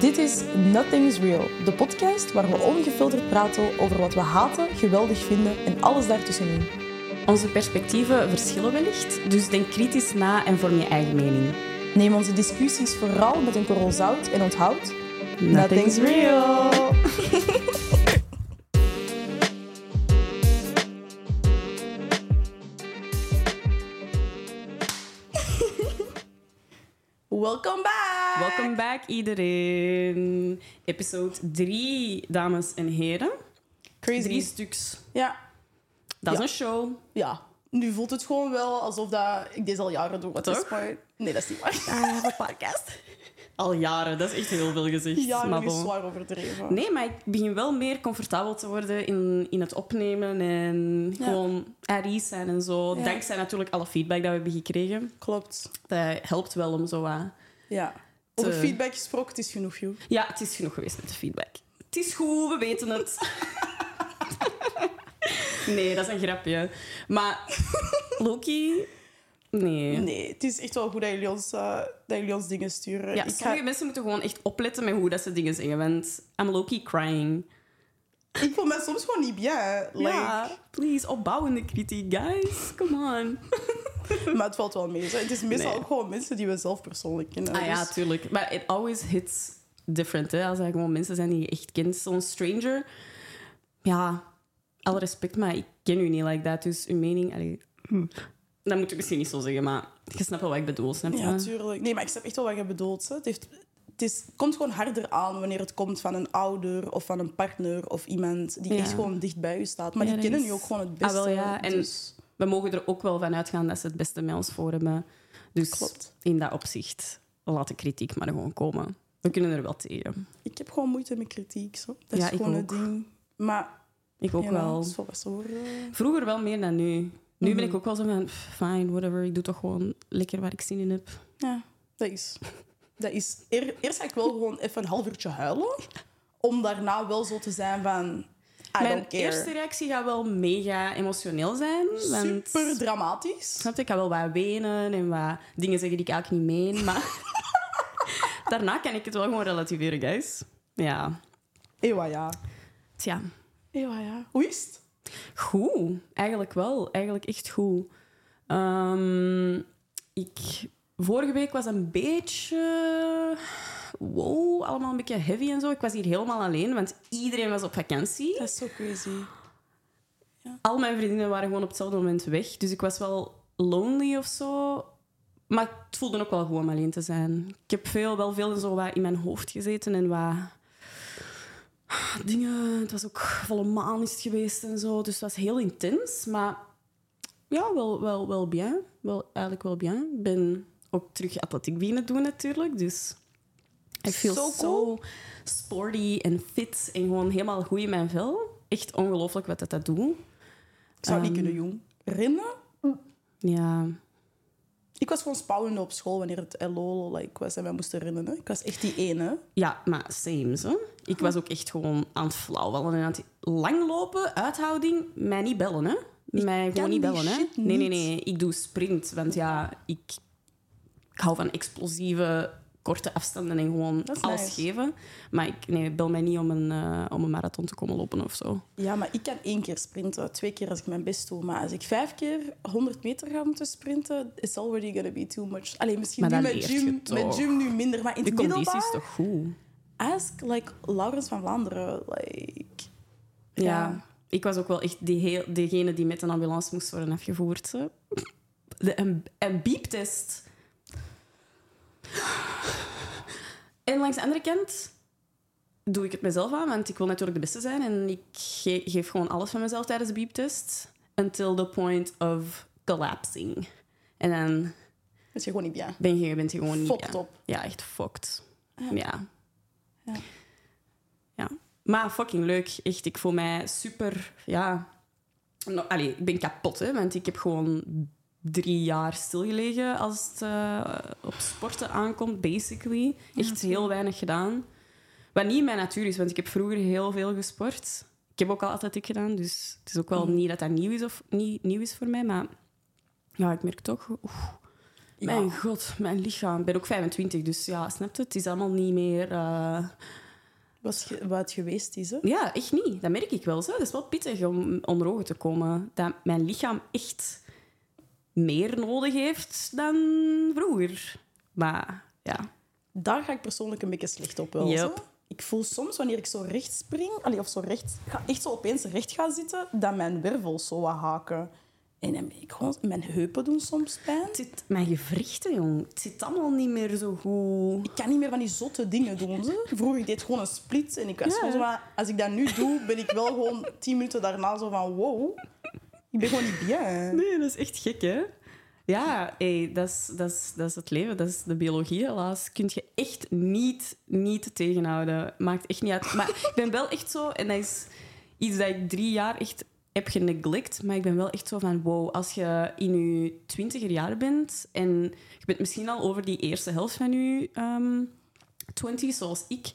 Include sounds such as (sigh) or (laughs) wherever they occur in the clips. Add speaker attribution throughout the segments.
Speaker 1: Dit is Nothing is Real, de podcast waar we ongefilterd praten over wat we haten, geweldig vinden en alles daartussenin.
Speaker 2: Onze perspectieven verschillen wellicht, dus denk kritisch na en vorm je eigen mening.
Speaker 1: Neem onze discussies vooral met een korrel zout en onthoud.
Speaker 2: Nothing's
Speaker 1: real! Welcome back!
Speaker 2: Welkom back iedereen. Episode 3, dames en heren. Drie
Speaker 1: Crazy.
Speaker 2: stuks.
Speaker 1: Ja,
Speaker 2: Dat is
Speaker 1: Ja.
Speaker 2: een show.
Speaker 1: ja. Nu voelt het gewoon wel alsof dat ik deze al jaren doe. Wat is
Speaker 2: Toch?
Speaker 1: maar- Nee, dat is niet waar. podcast.
Speaker 2: Al jaren, dat is echt heel veel gezegd. maar
Speaker 1: (laughs) Jaren is
Speaker 2: bon.
Speaker 1: zwaar overdreven.
Speaker 2: Nee, maar ik begin wel meer comfortabel te worden in, in het opnemen en
Speaker 1: Ja.
Speaker 2: gewoon aries zijn en zo.
Speaker 1: Ja.
Speaker 2: Dankzij natuurlijk alle feedback dat we hebben gekregen.
Speaker 1: Klopt.
Speaker 2: Dat helpt wel om zo wat...
Speaker 1: Ja. Over
Speaker 2: Te-
Speaker 1: feedback gesproken, het is genoeg, joh.
Speaker 2: Ja, het is genoeg geweest met de feedback. Het is goed, we weten (laughs) het. nee, dat is een grapje. Maar Loki... Nee.
Speaker 1: Nee, het is echt wel goed dat jullie ons, eh, dat jullie ons dingen sturen.
Speaker 2: Ja,
Speaker 1: ik ga-
Speaker 2: sommige mensen moeten gewoon echt opletten met hoe dat ze dingen zeggen. Want I'm Loki crying.
Speaker 1: ik voel me soms gewoon niet bien. Like,
Speaker 2: Ja, please, opbouwende kritiek, guys. Come on.
Speaker 1: (laughs) Maar het valt wel mee. zo. Het is meestal
Speaker 2: Nee.
Speaker 1: ook gewoon mensen die we zelf persoonlijk kennen.
Speaker 2: Ah ja,
Speaker 1: dus-
Speaker 2: tuurlijk. Maar it always hits different, hè. Als er gewoon mensen zijn die je echt kent. Zo'n stranger... Ja, alle respect, maar ik ken u niet like that. Dus uw mening... Allee, hmm. dat moet ik misschien niet zo zeggen, maar je snapt wel wat ik bedoel, snap je?
Speaker 1: ja, tuurlijk. Nee, maar ik snap echt wel wat je bedoelt. hè. Het, heeft, het, is, het komt gewoon harder aan wanneer het komt van een ouder of van een partner of iemand die
Speaker 2: Ja.
Speaker 1: echt gewoon dicht bij u staat. Maar
Speaker 2: Ja,
Speaker 1: die
Speaker 2: dat
Speaker 1: kennen
Speaker 2: is-
Speaker 1: je ook gewoon het
Speaker 2: Ah,
Speaker 1: beste.
Speaker 2: wel, ja. En-
Speaker 1: dus-
Speaker 2: We mogen er ook wel van uitgaan dat ze het beste met ons voor hebben. Dus
Speaker 1: Klopt.
Speaker 2: in dat opzicht, laat de kritiek maar gewoon komen. We kunnen er wel tegen.
Speaker 1: ik heb gewoon moeite met kritiek. Zo. Dat
Speaker 2: Ja,
Speaker 1: is
Speaker 2: ik
Speaker 1: gewoon
Speaker 2: ook.
Speaker 1: het ding. Maar
Speaker 2: Ik ook
Speaker 1: ja,
Speaker 2: wel.
Speaker 1: dat is wel wat ze horen.
Speaker 2: Vroeger wel meer dan nu. Nu ben
Speaker 1: Mhm.
Speaker 2: ik ook wel zo van, "Pff, fine, whatever. Ik doe toch gewoon lekker waar ik zin in heb.
Speaker 1: Ja, dat is. Dat is eer- eerst ga ik wel gewoon even een half uurtje huilen. Om daarna wel zo te zijn van... I
Speaker 2: Mijn
Speaker 1: don't care.
Speaker 2: eerste reactie gaat wel mega emotioneel zijn. Want,
Speaker 1: Super dramatisch.
Speaker 2: Snap je? Ik ga wel wat wenen en wat dingen zeggen die ik eigenlijk niet meen. Maar (laughs) daarna kan ik het wel gewoon relativeren, guys. Ja.
Speaker 1: Ewa ja.
Speaker 2: Tja.
Speaker 1: Ewa ja. Hoe is het?
Speaker 2: Goed, eigenlijk wel. Eigenlijk echt goed. Ehm, ik, vorige week was een beetje... Wow, allemaal een beetje heavy en zo. Ik was hier helemaal alleen, want iedereen was op vakantie.
Speaker 1: Dat is zo crazy.
Speaker 2: Al mijn vriendinnen waren gewoon op hetzelfde moment weg. Dus ik was wel lonely of zo. Maar het voelde ook wel goed om alleen te zijn. Ik heb veel, wel veel zo wat in mijn hoofd gezeten en wat... Dingen... Het was ook volle maan is het geweest en zo. Dus het was heel intens, maar... Ja, wel, wel, wel bien. Wel, eigenlijk wel bien. Ik ben ook terug atletiek beginnen doen natuurlijk, dus... Ik voel
Speaker 1: Zo
Speaker 2: zo,
Speaker 1: cool.
Speaker 2: sporty en fit en gewoon helemaal goed in mijn vel. Echt ongelooflijk wat dat, dat doet.
Speaker 1: Ik zou niet
Speaker 2: Ehm.
Speaker 1: kunnen, jong. Rennen?
Speaker 2: Ja,
Speaker 1: Ik was gewoon spouwende op school wanneer het LOL like, was en wij moesten rennen. Hè. Ik was echt die ene.
Speaker 2: ja maar same. Zo. Ik was ook echt gewoon aan het flauwvallen en aan het langlopen, uithouding, mij niet bellen, hè. Mij
Speaker 1: kan
Speaker 2: gewoon niet
Speaker 1: die
Speaker 2: bellen, hè.
Speaker 1: shit
Speaker 2: Nee, nee,
Speaker 1: niet.
Speaker 2: nee. Ik doe sprint, want ja, ik, ik hou van explosieve, korte afstanden en gewoon
Speaker 1: Dat is
Speaker 2: alles
Speaker 1: nice.
Speaker 2: geven. Maar ik nee, bel mij niet om een, eh, om een marathon te komen lopen of zo.
Speaker 1: Ja, maar ik kan één keer sprinten, twee keer als ik mijn best doe. Maar als ik vijf keer 100 meter ga moeten sprinten, it's already gonna be too much. Alleen misschien
Speaker 2: Maar
Speaker 1: nu
Speaker 2: dat
Speaker 1: met
Speaker 2: leert je
Speaker 1: gym,
Speaker 2: toch?
Speaker 1: met gym nu minder, maar in
Speaker 2: De
Speaker 1: het
Speaker 2: conditie is
Speaker 1: middelbaar...
Speaker 2: toch goed?
Speaker 1: Ask like Laurens van Vlaanderen, like.
Speaker 2: Ja.
Speaker 1: Ja.
Speaker 2: Ik was ook wel echt die heel, degene die met een ambulance moest worden afgevoerd. hè. De, een, een bieptest. En langs de andere kant doe ik het mezelf aan, want ik wil natuurlijk de beste zijn. En ik ge- geef gewoon alles van mezelf tijdens de bieptest. Until the point of collapsing. En dan
Speaker 1: Dat is gewoon niet bien.
Speaker 2: ben je, bent je gewoon niet...
Speaker 1: Fokt
Speaker 2: ja.
Speaker 1: op.
Speaker 2: Ja, echt fucked.
Speaker 1: Ja.
Speaker 2: Ja.
Speaker 1: Ja.
Speaker 2: ja. Maar fucking leuk. Echt, ik voel mij super... Ja. Nou, allee, ik ben kapot, hè. Want ik heb gewoon drie jaar stilgelegen als het eh, op sporten aankomt, basically. Echt heel weinig gedaan. Wat niet mijn natuur is, want ik heb vroeger heel veel gesport. Ik heb ook al atletiek gedaan, dus het is ook wel niet dat dat nieuw is, of, niet, nieuw is voor mij. Maar ja, ik merk toch... oeh, Mijn god, mijn lichaam. Ik ben ook 25, dus ja, snap je? Het is allemaal niet meer... eh,
Speaker 1: Wat, ge- wat geweest is, hè?
Speaker 2: Ja, echt niet. Dat merk ik wel. Zo. Dat is wel pittig om onder ogen te komen. Dat mijn lichaam echt meer nodig heeft dan vroeger. Maar ja,
Speaker 1: Daar ga ik persoonlijk een beetje slecht op wel.
Speaker 2: Yep.
Speaker 1: zo. Ik voel soms, wanneer ik zo recht spring, allee, of zo recht, ga, echt zo opeens recht ga zitten, dat mijn wervels zo wat haken. En dan ben ik gewoon... Mijn heupen doen soms pijn.
Speaker 2: het zit, mijn gewrichten, jong. Het zit allemaal niet meer zo goed.
Speaker 1: Ik kan niet meer van die zotte dingen doen. Ze. Vroeger ik deed ik gewoon een split. En ik was
Speaker 2: Ja.
Speaker 1: gewoon zo van, als ik dat nu doe, ben ik wel gewoon tien minuten daarna zo van... Wow, ik ben gewoon niet bien.
Speaker 2: Nee, dat is echt gek, hè? eh, Ja, hey, dat, is, dat, is, dat is het leven. Dat is de biologie, helaas. Kun je echt niet, niet tegenhouden. Maakt echt niet uit. Maar (laughs) ik ben wel echt zo... En dat is iets dat ik drie jaar echt heb geneglect. Maar ik ben wel echt zo van... Wow, als je in je twintiger jaar bent... En je bent misschien al over die eerste helft van je ehm twintig, zoals ik...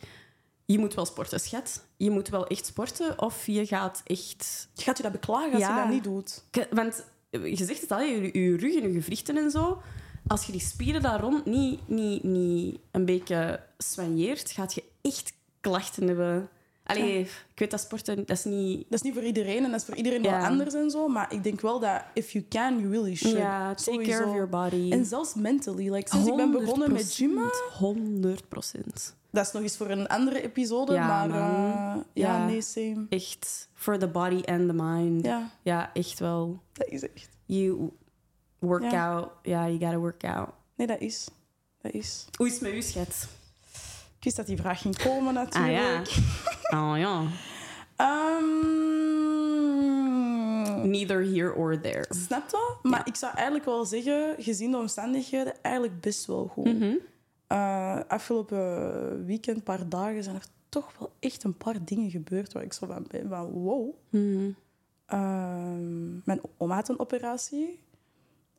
Speaker 2: Je moet wel sporten, schat. Je moet wel echt sporten. Of je gaat echt
Speaker 1: Gaat u dat beklagen als
Speaker 2: Ja.
Speaker 1: je dat niet doet?
Speaker 2: K- Want eh, je zegt het al, je, je rug en je gewrichten en zo. Als je die spieren daar rond niet, niet, niet een beetje soigneert, gaat je echt klachten hebben. Allee, ik weet dat sporten, dat is niet...
Speaker 1: Dat is niet voor iedereen en dat is voor iedereen
Speaker 2: Ja.
Speaker 1: wel anders en zo. Maar ik denk wel dat if you can, you really should.
Speaker 2: Ja, take care
Speaker 1: Sowieso.
Speaker 2: of your body.
Speaker 1: En zelfs mentally. Like, sinds ik ben begonnen met gymmen...
Speaker 2: 100 procent.
Speaker 1: Dat is nog eens voor een andere episode,
Speaker 2: Ja,
Speaker 1: maar...
Speaker 2: man.
Speaker 1: eh, ja,
Speaker 2: Ja.
Speaker 1: nee, same.
Speaker 2: Echt, for the body and the mind.
Speaker 1: Ja,
Speaker 2: Ja, echt wel.
Speaker 1: dat is echt...
Speaker 2: You work
Speaker 1: Ja.
Speaker 2: out. Ja, you gotta work out.
Speaker 1: Nee, dat is... Dat is...
Speaker 2: Hoe is het met u, schat?
Speaker 1: Ik wist dat die vraag ging komen, natuurlijk.
Speaker 2: Ah ja. Oh ja.
Speaker 1: Ehm,
Speaker 2: Neither here or there.
Speaker 1: snap dat? Maar ik zou eigenlijk wel zeggen, gezien de omstandigheden, eigenlijk best wel goed.
Speaker 2: Mhm.
Speaker 1: Eh, afgelopen weekend, paar dagen, zijn er toch wel echt een paar dingen gebeurd waar ik zo van ben van wow.
Speaker 2: Mhm.
Speaker 1: Ehm, mijn oma had een operatie.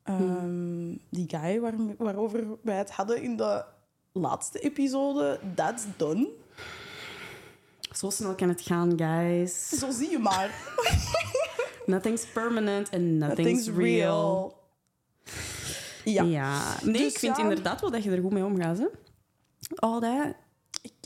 Speaker 1: Ehm,
Speaker 2: Mhm.
Speaker 1: Die guy waar, waarover wij het hadden in de laatste episode, that's done.
Speaker 2: Zo snel kan het gaan, guys.
Speaker 1: Zo zie je
Speaker 2: (laughs)
Speaker 1: maar.
Speaker 2: Nothing's permanent and nothing's,
Speaker 1: Nothing's
Speaker 2: real.
Speaker 1: real. Ja.
Speaker 2: Ja. Nee,
Speaker 1: Dus
Speaker 2: ik vind
Speaker 1: ja.
Speaker 2: inderdaad wel dat je er goed mee omgaat. Hè? Al dat.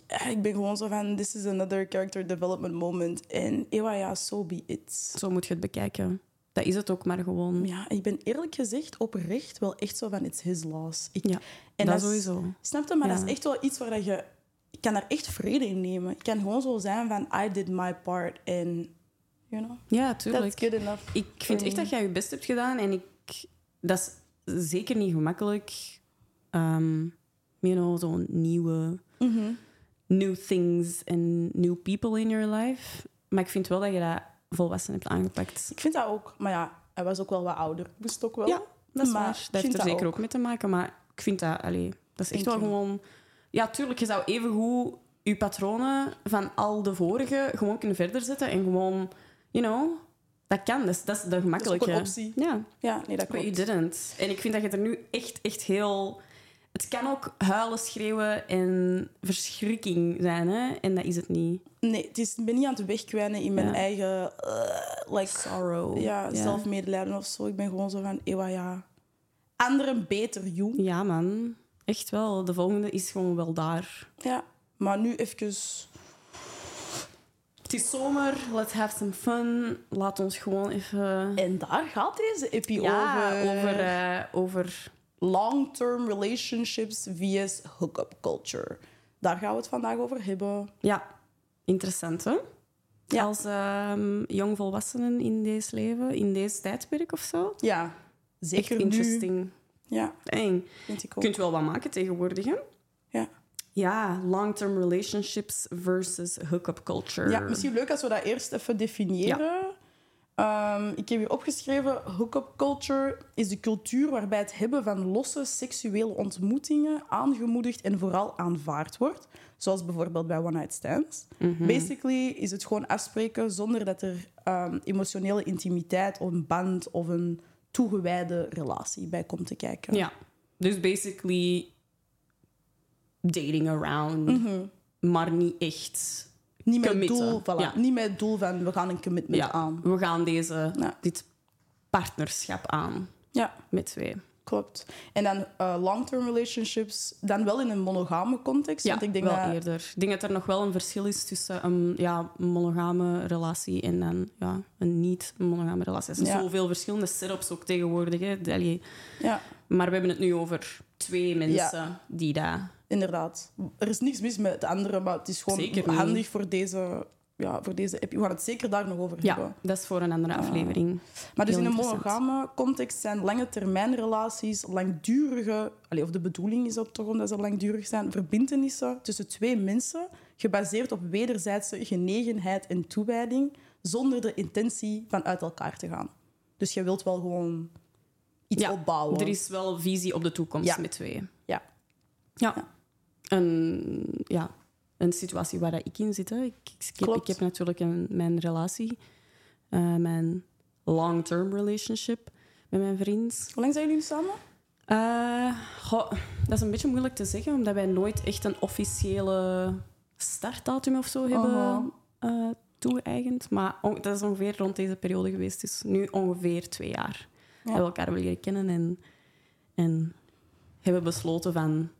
Speaker 1: Eh, Ik ben gewoon zo van, this is another character development moment. En ewa, ja, so be it.
Speaker 2: Zo moet je het bekijken. Dat is het ook maar gewoon.
Speaker 1: Ja, ik ben eerlijk gezegd oprecht wel echt zo van, it's his loss. Ik,
Speaker 2: Ja,
Speaker 1: en
Speaker 2: dat
Speaker 1: is-
Speaker 2: sowieso.
Speaker 1: Snap je? Maar
Speaker 2: Ja.
Speaker 1: dat is echt wel iets waar dat je... Ik kan daar echt vrede in nemen. Ik kan gewoon zo zijn van, I did my part. En, you know,
Speaker 2: Ja,
Speaker 1: that's
Speaker 2: tuurlijk.
Speaker 1: good enough.
Speaker 2: Ik vind echt
Speaker 1: Mm.
Speaker 2: dat jij je best hebt gedaan. En ik, dat is zeker niet gemakkelijk. Ehm you know, zo'n nieuwe...
Speaker 1: Mhm.
Speaker 2: New things and new people in your life. Maar ik vind wel dat je dat volwassen hebt aangepakt.
Speaker 1: Ik vind dat ook. Maar ja, hij was ook wel wat ouder. Ik moest ook wel.
Speaker 2: Ja, dat is
Speaker 1: Maar
Speaker 2: waar.
Speaker 1: ik
Speaker 2: Dat heeft
Speaker 1: vind
Speaker 2: er
Speaker 1: dat
Speaker 2: zeker ook.
Speaker 1: ook.
Speaker 2: mee te maken. Maar ik vind dat, allee, dat is echt
Speaker 1: Thank
Speaker 2: wel
Speaker 1: you.
Speaker 2: gewoon. Ja, tuurlijk, je zou evengoed je patronen van al de vorige gewoon kunnen verder zetten en gewoon, you know, dat kan. Dat is, dat is de gemakkelijke.
Speaker 1: een optie.
Speaker 2: Ja,
Speaker 1: Ja, nee, dat
Speaker 2: but you
Speaker 1: klopt.
Speaker 2: didn't. En ik vind dat je er nu echt, echt heel. Het kan ook huilen, schreeuwen en verschrikking zijn, hè? En dat is het niet.
Speaker 1: Nee, het is, ik ben niet aan het wegkwijnen in mijn
Speaker 2: Ja.
Speaker 1: eigen... eh, like,
Speaker 2: Sorrow.
Speaker 1: ja, zelfmedelijden of zo. Ik ben gewoon zo van, ewa ja, anderen beter, joh.
Speaker 2: Ja, man. Echt wel. De volgende is gewoon wel daar.
Speaker 1: Ja. Maar nu even...
Speaker 2: Het is zomer, let's have some fun. Laat ons gewoon even.
Speaker 1: En daar gaat deze epi
Speaker 2: Ja,
Speaker 1: over.
Speaker 2: over. eh, over...
Speaker 1: Long-term relationships vs hookup culture. Daar gaan we het vandaag over hebben.
Speaker 2: Ja, interessant hè?
Speaker 1: Ja.
Speaker 2: Als ehm jongvolwassenen in deze leven, in deze tijdperk of zo.
Speaker 1: Ja, zeker
Speaker 2: Echt
Speaker 1: nu.
Speaker 2: interesting.
Speaker 1: Ja,
Speaker 2: Eng.
Speaker 1: vind ik
Speaker 2: Je
Speaker 1: ook.
Speaker 2: kunt wel wat maken tegenwoordig. Hè?
Speaker 1: Ja.
Speaker 2: Ja, long-term relationships versus hookup culture.
Speaker 1: ja, misschien leuk als we dat eerst even definiëren. Ehm, ik heb hier opgeschreven, hookup culture is de cultuur waarbij het hebben van losse seksuele ontmoetingen aangemoedigd en vooral aanvaard wordt. Zoals bijvoorbeeld bij one-night stands.
Speaker 2: Mhm.
Speaker 1: Basically is het gewoon afspreken zonder dat er ehm, emotionele intimiteit of een band of een toegewijde relatie bij komt te kijken.
Speaker 2: Ja. Dus basically dating around, maar niet echt.
Speaker 1: Niet, met het
Speaker 2: Committen,
Speaker 1: doel, voilà,
Speaker 2: ja.
Speaker 1: niet met het doel van we gaan een commitment
Speaker 2: ja,
Speaker 1: aan.
Speaker 2: We gaan deze,
Speaker 1: Ja.
Speaker 2: dit partnerschap aan
Speaker 1: Ja,
Speaker 2: met twee.
Speaker 1: klopt. En dan eh, long-term relationships, dan wel in een monogame context.
Speaker 2: Ja,
Speaker 1: want ik denk
Speaker 2: wel
Speaker 1: dat
Speaker 2: eerder. Ik denk dat er nog wel een verschil is tussen een ja, monogame relatie en dan, ja, een niet-monogame relatie. Er zijn
Speaker 1: Ja.
Speaker 2: zoveel verschillende setups ook tegenwoordig. Hè. De- allee,
Speaker 1: Ja,
Speaker 2: Maar we hebben het nu over twee mensen die daar...
Speaker 1: inderdaad. Er is niks mis met het andere, maar het is gewoon
Speaker 2: Zeker niet.
Speaker 1: handig voor deze, ja, voor deze app. We gaan het zeker daar nog over hebben.
Speaker 2: Ja, dat is voor een andere aflevering.
Speaker 1: Ah. Maar dus
Speaker 2: Heel
Speaker 1: in een
Speaker 2: interessant.
Speaker 1: monogame context zijn lange termijn relaties, langdurige, allee, of de bedoeling is dat toch omdat ze langdurig zijn, verbindenissen tussen twee mensen, gebaseerd op wederzijdse genegenheid en toewijding, zonder de intentie van uit elkaar te gaan. Dus je wilt wel gewoon iets
Speaker 2: Ja,
Speaker 1: opbouwen.
Speaker 2: Er is wel visie op de toekomst
Speaker 1: Ja.
Speaker 2: met tweeën.
Speaker 1: Ja.
Speaker 2: Ja. Een, ja, een situatie waar dat ik in zit. hè. Ik, ik, ik, heb,
Speaker 1: Klopt.
Speaker 2: ik heb natuurlijk een, mijn relatie, eh, mijn long-term relationship met mijn vriend.
Speaker 1: Hoe lang zijn jullie nu samen?
Speaker 2: Eh, goh, dat is een beetje moeilijk te zeggen, omdat wij nooit echt een officiële startdatum of zo hebben
Speaker 1: Aha.
Speaker 2: eh, toe-eigend. Maar on- dat is ongeveer rond deze periode geweest. Dus nu ongeveer twee jaar hebben we elkaar willen leren kennen en, en hebben besloten van...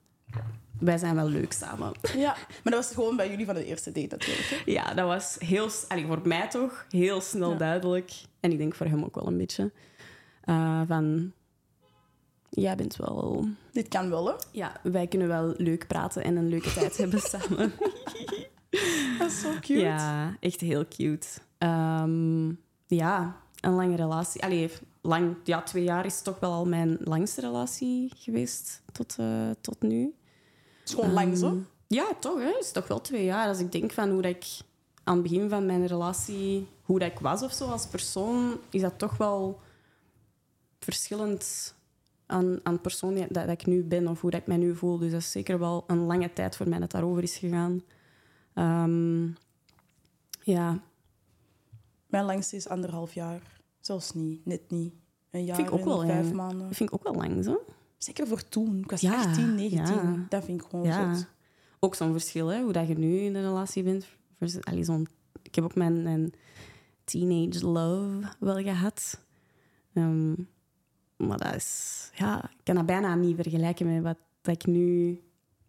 Speaker 2: Wij zijn wel leuk
Speaker 1: (laughs)
Speaker 2: samen.
Speaker 1: Ja. Maar dat was gewoon bij jullie van de eerste date natuurlijk. hè?
Speaker 2: Ja, dat was heel... s- allee, voor mij toch heel snel
Speaker 1: Ja.
Speaker 2: duidelijk. En ik denk voor hem ook wel een beetje. eh, van... Jij bent wel
Speaker 1: Dit kan wel, hè?
Speaker 2: ja, wij kunnen wel leuk praten en een leuke tijd hebben samen.
Speaker 1: Dat is zo cute.
Speaker 2: Ja, echt heel cute. Ehm, ja, een lange relatie. Allee, lang, ja, twee jaar is toch wel al mijn langste relatie geweest tot, eh, tot nu.
Speaker 1: Het is gewoon lang, zo.
Speaker 2: Ehm, Ja, toch, hè? Het is toch wel twee jaar. Als ik denk van hoe dat ik aan het begin van mijn relatie, hoe dat ik was of zo als persoon, is dat toch wel verschillend aan, aan de persoon die, dat, dat ik nu ben of hoe dat ik mij nu voel. Dus dat is zeker wel een lange tijd voor mij dat daarover is gegaan. Ehm, ja,
Speaker 1: Mijn langste is anderhalf jaar. Zelfs niet, net niet. Een jaar
Speaker 2: Vind ik ook
Speaker 1: en
Speaker 2: wel,
Speaker 1: vijf
Speaker 2: ja.
Speaker 1: maanden.
Speaker 2: dat vind ik ook wel lang, zo.
Speaker 1: Zeker voor toen. Ik was
Speaker 2: Ja,
Speaker 1: 18, 19.
Speaker 2: ja.
Speaker 1: Dat vind ik gewoon
Speaker 2: Ja.
Speaker 1: zot.
Speaker 2: Ook zo'n verschil, hè? hoe dat je nu in een relatie bent. versus- allee, zo'n- ik heb ook mijn, mijn teenage love wel gehad. Ehm, maar dat is... Ja, ik kan dat bijna niet vergelijken met wat dat ik nu...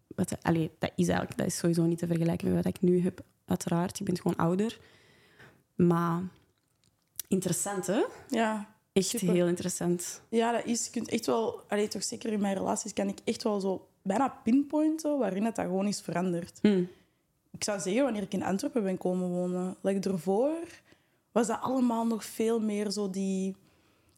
Speaker 2: Wat, allee, dat is eigenlijk dat is sowieso niet te vergelijken met wat ik nu heb. Uiteraard, je bent gewoon ouder. Maar interessant, hè?
Speaker 1: Ja.
Speaker 2: Echt
Speaker 1: Super.
Speaker 2: heel interessant.
Speaker 1: ja, dat is. Je kunt echt wel, allee, toch zeker in mijn relaties, kan ik echt wel zo bijna pinpointen waarin het dat gewoon is veranderd.
Speaker 2: Hm.
Speaker 1: Ik zou zeggen, wanneer ik in Antwerpen ben komen wonen, like ervoor, was dat allemaal nog veel meer zo die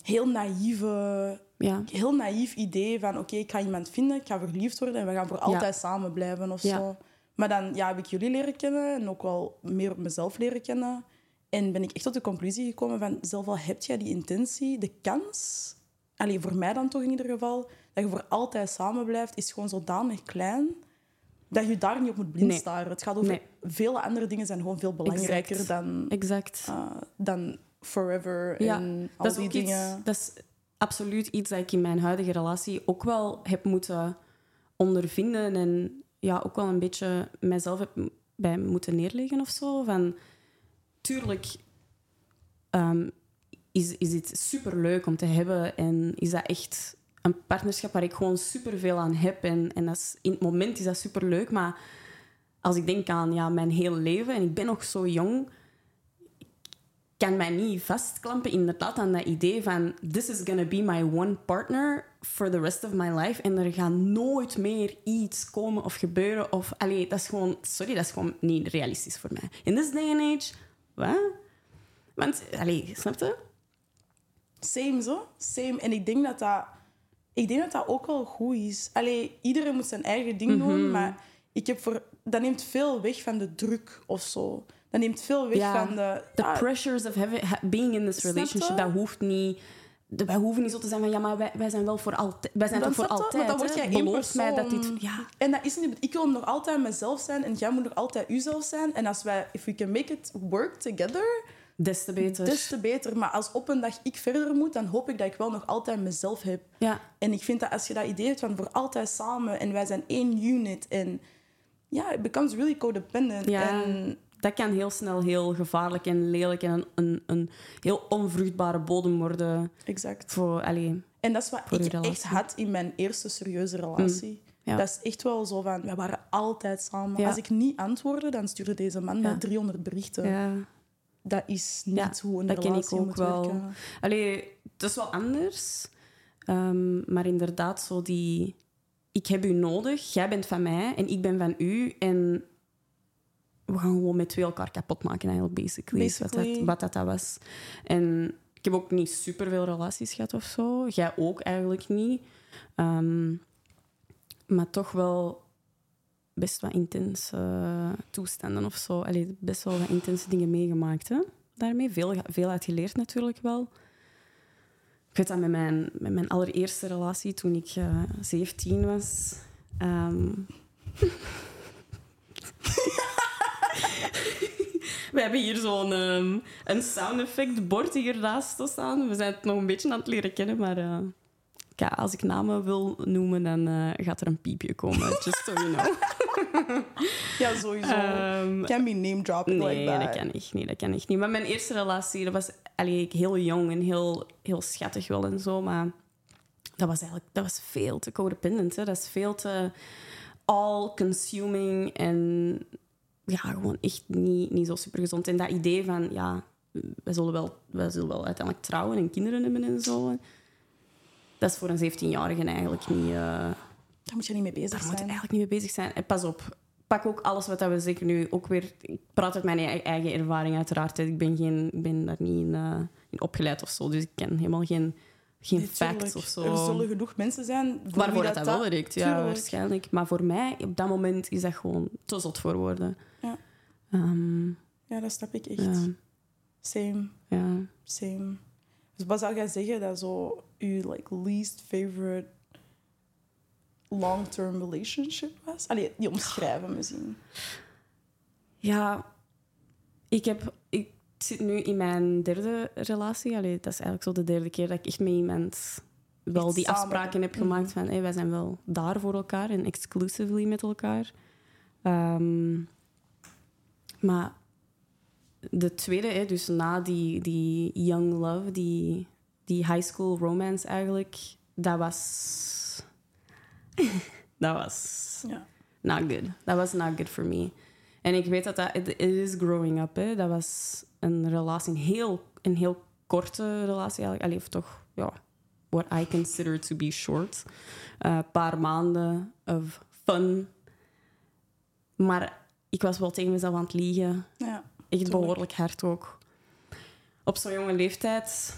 Speaker 1: heel naïeve,
Speaker 2: Ja.
Speaker 1: heel naïef idee van oké, ik ga iemand vinden, ik ga verliefd worden en we gaan voor altijd samen blijven of
Speaker 2: Ja.
Speaker 1: zo. Maar dan ja, heb ik jullie leren kennen en ook wel meer op mezelf leren kennen. En ben ik echt tot de conclusie gekomen van zelf al heb jij die intentie, de kans, alleen voor mij dan toch in ieder geval, dat je voor altijd samen blijft, is gewoon zodanig klein dat je daar niet op moet blind
Speaker 2: Nee.
Speaker 1: staren. Het gaat over
Speaker 2: Nee.
Speaker 1: vele andere dingen zijn gewoon veel belangrijker
Speaker 2: Exact.
Speaker 1: dan,
Speaker 2: Exact.
Speaker 1: eh, dan forever
Speaker 2: Ja,
Speaker 1: en al
Speaker 2: dat is
Speaker 1: die
Speaker 2: ook
Speaker 1: dingen.
Speaker 2: Iets, dat is absoluut iets dat ik in mijn huidige relatie ook wel heb moeten ondervinden. En ja, ook wel een beetje mijzelf heb m- bij moeten neerleggen of zo. Van, tuurlijk ehm, is, is dit superleuk om te hebben. En is dat echt een partnerschap waar ik gewoon superveel aan heb. En, en dat is, in het moment is dat superleuk. Maar als ik denk aan ja, mijn hele leven en ik ben nog zo jong kan mij niet vastklampen inderdaad aan dat idee van this is gonna be my one partner for the rest of my life en er gaat nooit meer iets komen of gebeuren of allee, dat is gewoon sorry, dat is gewoon niet realistisch voor mij. In this day and age, wat? Want allee, snap je?
Speaker 1: Same zo. Same. En ik denk dat dat, ik denk dat, dat ook wel goed is. Allee, iedereen moet zijn eigen ding doen, maar ik heb voor, dat neemt veel weg van de druk of zo. Dat neemt veel weg
Speaker 2: Ja,
Speaker 1: van de.
Speaker 2: The
Speaker 1: ah,
Speaker 2: pressures of having, ha- being in this
Speaker 1: Snap
Speaker 2: relationship,
Speaker 1: je?
Speaker 2: dat hoeft niet. de- Wij hoeven niet zo te zijn van ja, maar wij, wij zijn wel voor altijd. Wij zijn
Speaker 1: dan
Speaker 2: toch voor
Speaker 1: snap je?
Speaker 2: altijd.
Speaker 1: Want dan word
Speaker 2: hè?
Speaker 1: jij één
Speaker 2: Beloof
Speaker 1: persoon.
Speaker 2: mij dat dit. Ja,
Speaker 1: En dat is niet... Ik wil nog altijd mezelf zijn en jij moet nog altijd uzelf zijn. En als wij... If we can make it work together,
Speaker 2: des te beter.
Speaker 1: des te beter. Maar als op een dag ik verder moet, dan hoop ik dat ik wel nog altijd mezelf heb.
Speaker 2: ja.
Speaker 1: En ik vind dat als je dat idee hebt van voor altijd samen en wij zijn één unit en ja, it becomes really codependent.
Speaker 2: Ja,
Speaker 1: En
Speaker 2: dat kan heel snel heel gevaarlijk en lelijk en een, een, een heel onvruchtbare bodem worden
Speaker 1: exact.
Speaker 2: voor allee,
Speaker 1: En dat is wat
Speaker 2: Voor uw
Speaker 1: ik echt
Speaker 2: relatie. Mm,
Speaker 1: had in mijn eerste serieuze relatie.
Speaker 2: ja.
Speaker 1: Dat is echt wel zo van, we waren altijd samen.
Speaker 2: Ja.
Speaker 1: Als ik niet antwoordde, dan stuurde deze man
Speaker 2: Ja.
Speaker 1: mij 300 berichten.
Speaker 2: Ja.
Speaker 1: Dat is niet
Speaker 2: Ja,
Speaker 1: hoe een
Speaker 2: dat ken
Speaker 1: relatie
Speaker 2: ik ook
Speaker 1: moet
Speaker 2: wel.
Speaker 1: werken.
Speaker 2: Allee, het is wel anders. Ehm, maar inderdaad, zo die... Ik heb u nodig, jij bent van mij en ik ben van u. En we gaan gewoon met twee elkaar kapot maken, eigenlijk, basically. is Wat,
Speaker 1: Basically.
Speaker 2: dat, wat dat, dat was. En ik heb ook niet superveel relaties gehad of zo. Jij ook eigenlijk niet. Ehm, maar toch wel best wat intense eh, toestanden of zo. Allee, best wel wat intense dingen meegemaakt, hè? Daarmee veel, veel uit geleerd natuurlijk wel. Ik weet dat met mijn, met mijn allereerste relatie, toen ik eh 17 was... ehm, (laughs) We hebben hier zo'n ehm, een sound effect bord die ernaast te staan. We zijn het nog een beetje aan het leren kennen, maar eh, ja, als ik namen wil noemen, dan eh, gaat er een piepje komen. Just so you know.
Speaker 1: Ja, sowieso.
Speaker 2: Ehm,
Speaker 1: Can be name dropping
Speaker 2: nee,
Speaker 1: like that.
Speaker 2: dat kan echt niet. Dat kan echt niet. Maar mijn eerste relatie, dat was eigenlijk heel jong en heel, heel schattig wel en zo. Maar dat was eigenlijk dat was veel te codependent. Hè. Dat is veel te all-consuming en ja, gewoon echt niet, niet zo super gezond. En dat idee van, ja, wij zullen, wel, wij zullen wel uiteindelijk trouwen en kinderen hebben en zo. Dat is voor een 17-jarige eigenlijk niet... eh,
Speaker 1: Daar moet je niet mee bezig
Speaker 2: Dus daar moet je
Speaker 1: zijn.
Speaker 2: eigenlijk niet mee bezig zijn. En pas op, pak ook alles wat dat we zeker nu ook weer. Ik praat uit mijn e- eigen ervaring, uiteraard. hè. Ik ben, geen, ik ben daar niet in, eh, in opgeleid of zo. Dus ik ken helemaal geen, geen
Speaker 1: Natuurlijk,
Speaker 2: facts of
Speaker 1: Er
Speaker 2: zo.
Speaker 1: zullen genoeg mensen zijn voor
Speaker 2: Waarvoor
Speaker 1: wie
Speaker 2: dat, dat wel
Speaker 1: dat-
Speaker 2: werkt, ja,
Speaker 1: Tuurlijk.
Speaker 2: waarschijnlijk. Maar voor mij, op dat moment, is dat gewoon te zot voor woorden.
Speaker 1: Ja.
Speaker 2: Ehm,
Speaker 1: Ja, dat snap ik echt.
Speaker 2: ja,
Speaker 1: Same,
Speaker 2: ja.
Speaker 1: same. Dus wat zou jij zeggen dat zo je like, least favorite long-term relationship was? Allee, die omschrijven misschien.
Speaker 2: Ja, ik, heb, ik zit nu in mijn derde relatie. Allee, dat is eigenlijk zo de derde keer dat ik echt met iemand wel
Speaker 1: Echt
Speaker 2: die
Speaker 1: samen. Mhm.
Speaker 2: afspraken heb gemaakt van hey, wij zijn wel daar voor elkaar en exclusively met elkaar. Ehm, maar de tweede, hè, dus na die, die young love, die, die high school romance eigenlijk, dat was... (laughs) dat was
Speaker 1: Ja.
Speaker 2: not good. Dat was not good for me. En ik weet dat dat... It, it is growing up, hè. Dat was een relatie, een heel, een heel korte relatie eigenlijk. Allee, of toch, ja... What I consider to be short. Eh, Een paar maanden of fun. Maar ik was wel tegen mezelf aan het liegen.
Speaker 1: ja.
Speaker 2: Echt
Speaker 1: Tuurlijk.
Speaker 2: behoorlijk hard ook. Op zo'n jonge leeftijd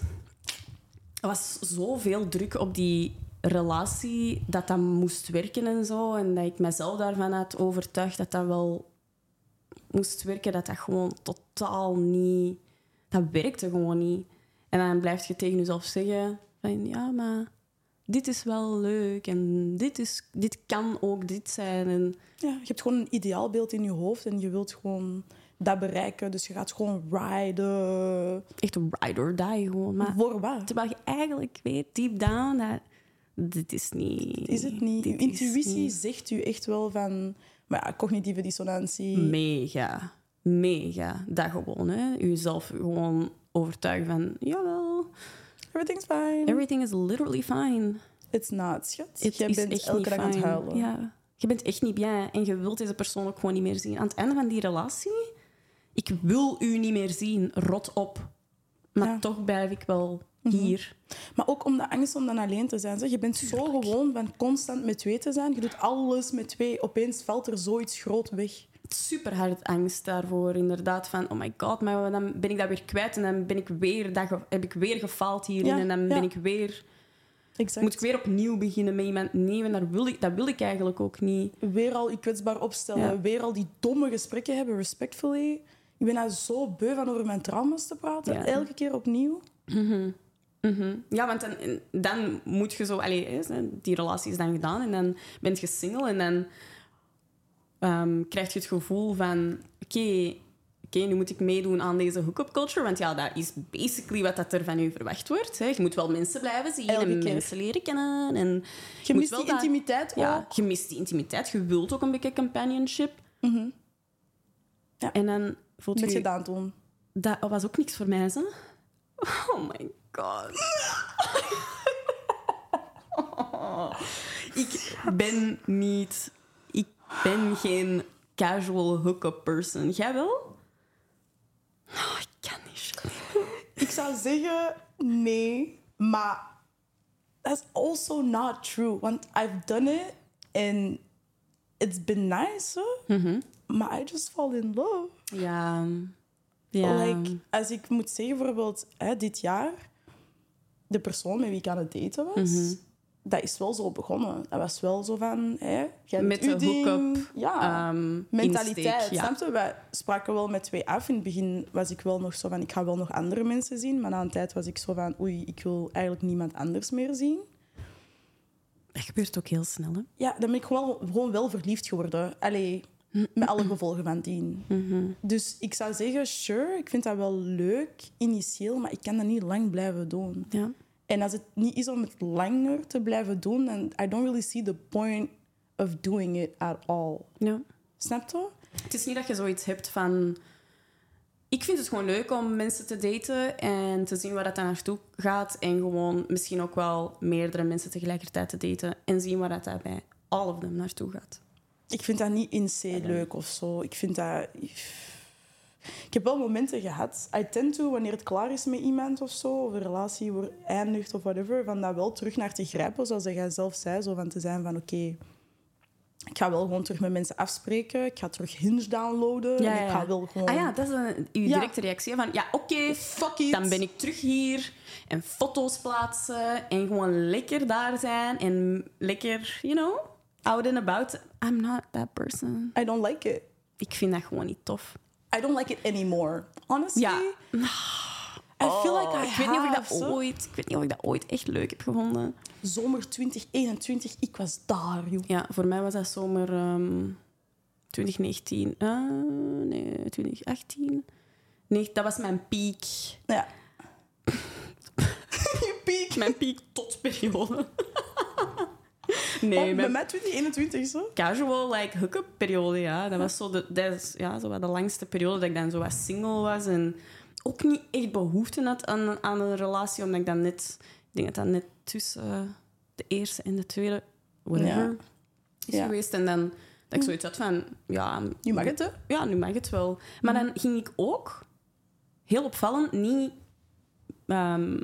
Speaker 2: er was zoveel druk op die relatie dat dat moest werken en zo. En dat ik mezelf daarvan had overtuigd dat dat wel moest werken. Dat dat gewoon totaal niet... Dat werkte gewoon niet. En dan blijf je tegen jezelf zeggen van... Ja, maar dit is wel leuk en dit, is, dit kan ook dit zijn. En
Speaker 1: ja, je hebt gewoon een ideaalbeeld in je hoofd en je wilt gewoon dat bereiken. Dus je gaat gewoon riden.
Speaker 2: echt ride or die gewoon. Maar
Speaker 1: Voor wat?
Speaker 2: Terwijl je eigenlijk weet, deep down, dat dit is niet...
Speaker 1: Is het niet? Uw
Speaker 2: dit is
Speaker 1: intuïtie
Speaker 2: niet.
Speaker 1: zegt u echt wel van... Maar ja, cognitieve dissonantie...
Speaker 2: Mega. Mega. Dat gewoon, hè. Jezelf gewoon overtuigen van... Jawel,
Speaker 1: Everything's fine.
Speaker 2: everything is literally fine.
Speaker 1: It's not, schat.
Speaker 2: Het
Speaker 1: Jij
Speaker 2: is
Speaker 1: bent
Speaker 2: echt
Speaker 1: elke
Speaker 2: niet
Speaker 1: dag aan het
Speaker 2: fijn.
Speaker 1: huilen.
Speaker 2: Ja. Je bent echt niet blij en je wilt deze persoon ook gewoon niet meer zien. Aan het einde van die relatie, ik wil u niet meer zien. Rot op. Maar
Speaker 1: Ja. Mhm.
Speaker 2: toch blijf ik wel hier.
Speaker 1: Maar ook om de angst om dan alleen te zijn. Zeg. Je bent zo gewoon van constant met twee te zijn. Je doet alles met twee. Opeens valt er zoiets groot weg.
Speaker 2: super hard angst daarvoor. Inderdaad, van oh my god, maar dan ben ik dat weer kwijt en dan ben ik weer, dan ge- heb ik weer gefaald hierin
Speaker 1: Ja,
Speaker 2: en dan
Speaker 1: ja.
Speaker 2: ben ik weer,
Speaker 1: Exact.
Speaker 2: moet ik weer opnieuw beginnen met iemand nieuw en daar wil ik, dat wil ik eigenlijk ook niet.
Speaker 1: Weer al je kwetsbaar opstellen.
Speaker 2: Ja.
Speaker 1: Weer al die domme gesprekken hebben, respectfully. Ik ben daar zo beu van over mijn trauma's te praten.
Speaker 2: Ja.
Speaker 1: Elke keer opnieuw.
Speaker 2: Ja, want dan, dan moet je zo, allee, hè, die relatie is dan gedaan en dan ben je single en dan ehm, krijg je het gevoel van oké, oké, nu moet ik meedoen aan deze hookup culture, want ja, dat is basically wat dat er van u verwacht wordt. Hè. Je moet wel mensen blijven zien
Speaker 1: Elke
Speaker 2: en
Speaker 1: keer.
Speaker 2: mensen leren kennen en
Speaker 1: Je
Speaker 2: moet
Speaker 1: mist
Speaker 2: wel
Speaker 1: die
Speaker 2: dat-
Speaker 1: intimiteit
Speaker 2: ja,
Speaker 1: ook.
Speaker 2: je mist die intimiteit. Je wilt ook een beetje companionship.
Speaker 1: Ja.
Speaker 2: En dan voelt
Speaker 1: Mhm. Met
Speaker 2: je...
Speaker 1: gedaan toen.
Speaker 2: Dat was ook niks voor mij, hè? Oh my god. Ik ben niet... Ik ben geen casual hookup person. Jij wel? Oh, ik kan niet. Janine.
Speaker 1: Ik zou zeggen nee, maar that's also not true. Want I've done it and it's been nice, huh?
Speaker 2: Mm-hmm.
Speaker 1: maar I just fall in love.
Speaker 2: Ja. Ja.
Speaker 1: Like, als ik moet zeggen, bijvoorbeeld hè, dit jaar, de persoon met wie ik aan het daten was,
Speaker 2: Mm-hmm.
Speaker 1: dat is wel zo begonnen. Dat was wel zo van, hè, jij
Speaker 2: Met
Speaker 1: doet
Speaker 2: de
Speaker 1: uw ding.
Speaker 2: hook-up,
Speaker 1: Ja,
Speaker 2: ehm,
Speaker 1: mentaliteit.
Speaker 2: insteek, ja.
Speaker 1: Snap je? Wij spraken wel met twee af. In het begin was ik wel nog zo van, ik ga wel nog andere mensen zien. Maar na een tijd was ik zo van, oei, ik wil eigenlijk niemand anders meer zien.
Speaker 2: Dat gebeurt ook heel snel, hè?
Speaker 1: Ja, dan ben ik gewoon, gewoon wel verliefd geworden. Allee, met alle gevolgen van dien.
Speaker 2: Mhm.
Speaker 1: Dus ik zou zeggen, sure, ik vind dat wel leuk, initieel, maar ik kan dat niet lang blijven doen.
Speaker 2: Ja.
Speaker 1: En als het niet is om het langer te blijven doen, dan I don't really see the point of doing it at all.
Speaker 2: ja.
Speaker 1: Snap je?
Speaker 2: Het is niet dat je zoiets hebt van... Ik vind het gewoon leuk om mensen te daten en te zien waar dat dan naartoe gaat. En gewoon misschien ook wel meerdere mensen tegelijkertijd te daten en zien waar dat daar bij all of them naartoe gaat.
Speaker 1: Ik vind dat niet in C leuk of zo. Ik vind dat... Ik heb wel momenten gehad. I tend to, wanneer het klaar is met iemand of zo, of een relatie wordt eindigt of whatever, van dat wel terug naar te grijpen, zoals jij zelf zei. Zo van te zijn van, oké, ik ga wel gewoon terug met mensen afspreken. Ik ga terug Hinge downloaden. en ik ga wel gewoon...
Speaker 2: Ah ja, dat is een, uw
Speaker 1: Ja.
Speaker 2: directe reactie. hè, Van ja, oké,
Speaker 1: Fuck it.
Speaker 2: dan ben ik terug hier. En foto's plaatsen en gewoon lekker daar zijn. En lekker, you know, out and about. I'm not that person.
Speaker 1: I don't like it.
Speaker 2: Ik vind dat gewoon niet tof.
Speaker 1: I don't like it anymore. Honestly.
Speaker 2: Ja. Oh,
Speaker 1: I feel like I
Speaker 2: ik weet niet of ik
Speaker 1: have,
Speaker 2: dat
Speaker 1: zo.
Speaker 2: ooit, ik weet niet of ik dat ooit echt leuk heb gevonden.
Speaker 1: Zomer 2021, ik was daar, joh.
Speaker 2: Ja, voor mij was dat zomer ehm, 2019. Eh, nee, 2018. Nee, dat was mijn piek.
Speaker 1: Ja. Je piek.
Speaker 2: Mijn piek tot (laughs) periode.
Speaker 1: Oh,
Speaker 2: nee,
Speaker 1: bij
Speaker 2: Oh, mijn
Speaker 1: mij 2021, zo.
Speaker 2: casual like hookup periode, ja. Dat was zo de, dat is, ja, zo wat de langste periode dat ik dan zo wat single was en ook niet echt behoefte had aan, aan een relatie, omdat ik dan net, ik denk dat dat net tussen de eerste en de tweede, whatever,
Speaker 1: Ja.
Speaker 2: is
Speaker 1: Ja. Hm.
Speaker 2: geweest. En dan dat ik zoiets had van, ja,
Speaker 1: Nu mag het, hè? Hm.
Speaker 2: ja, nu mag het wel. Maar dan ging ik ook, heel opvallend, niet ehm,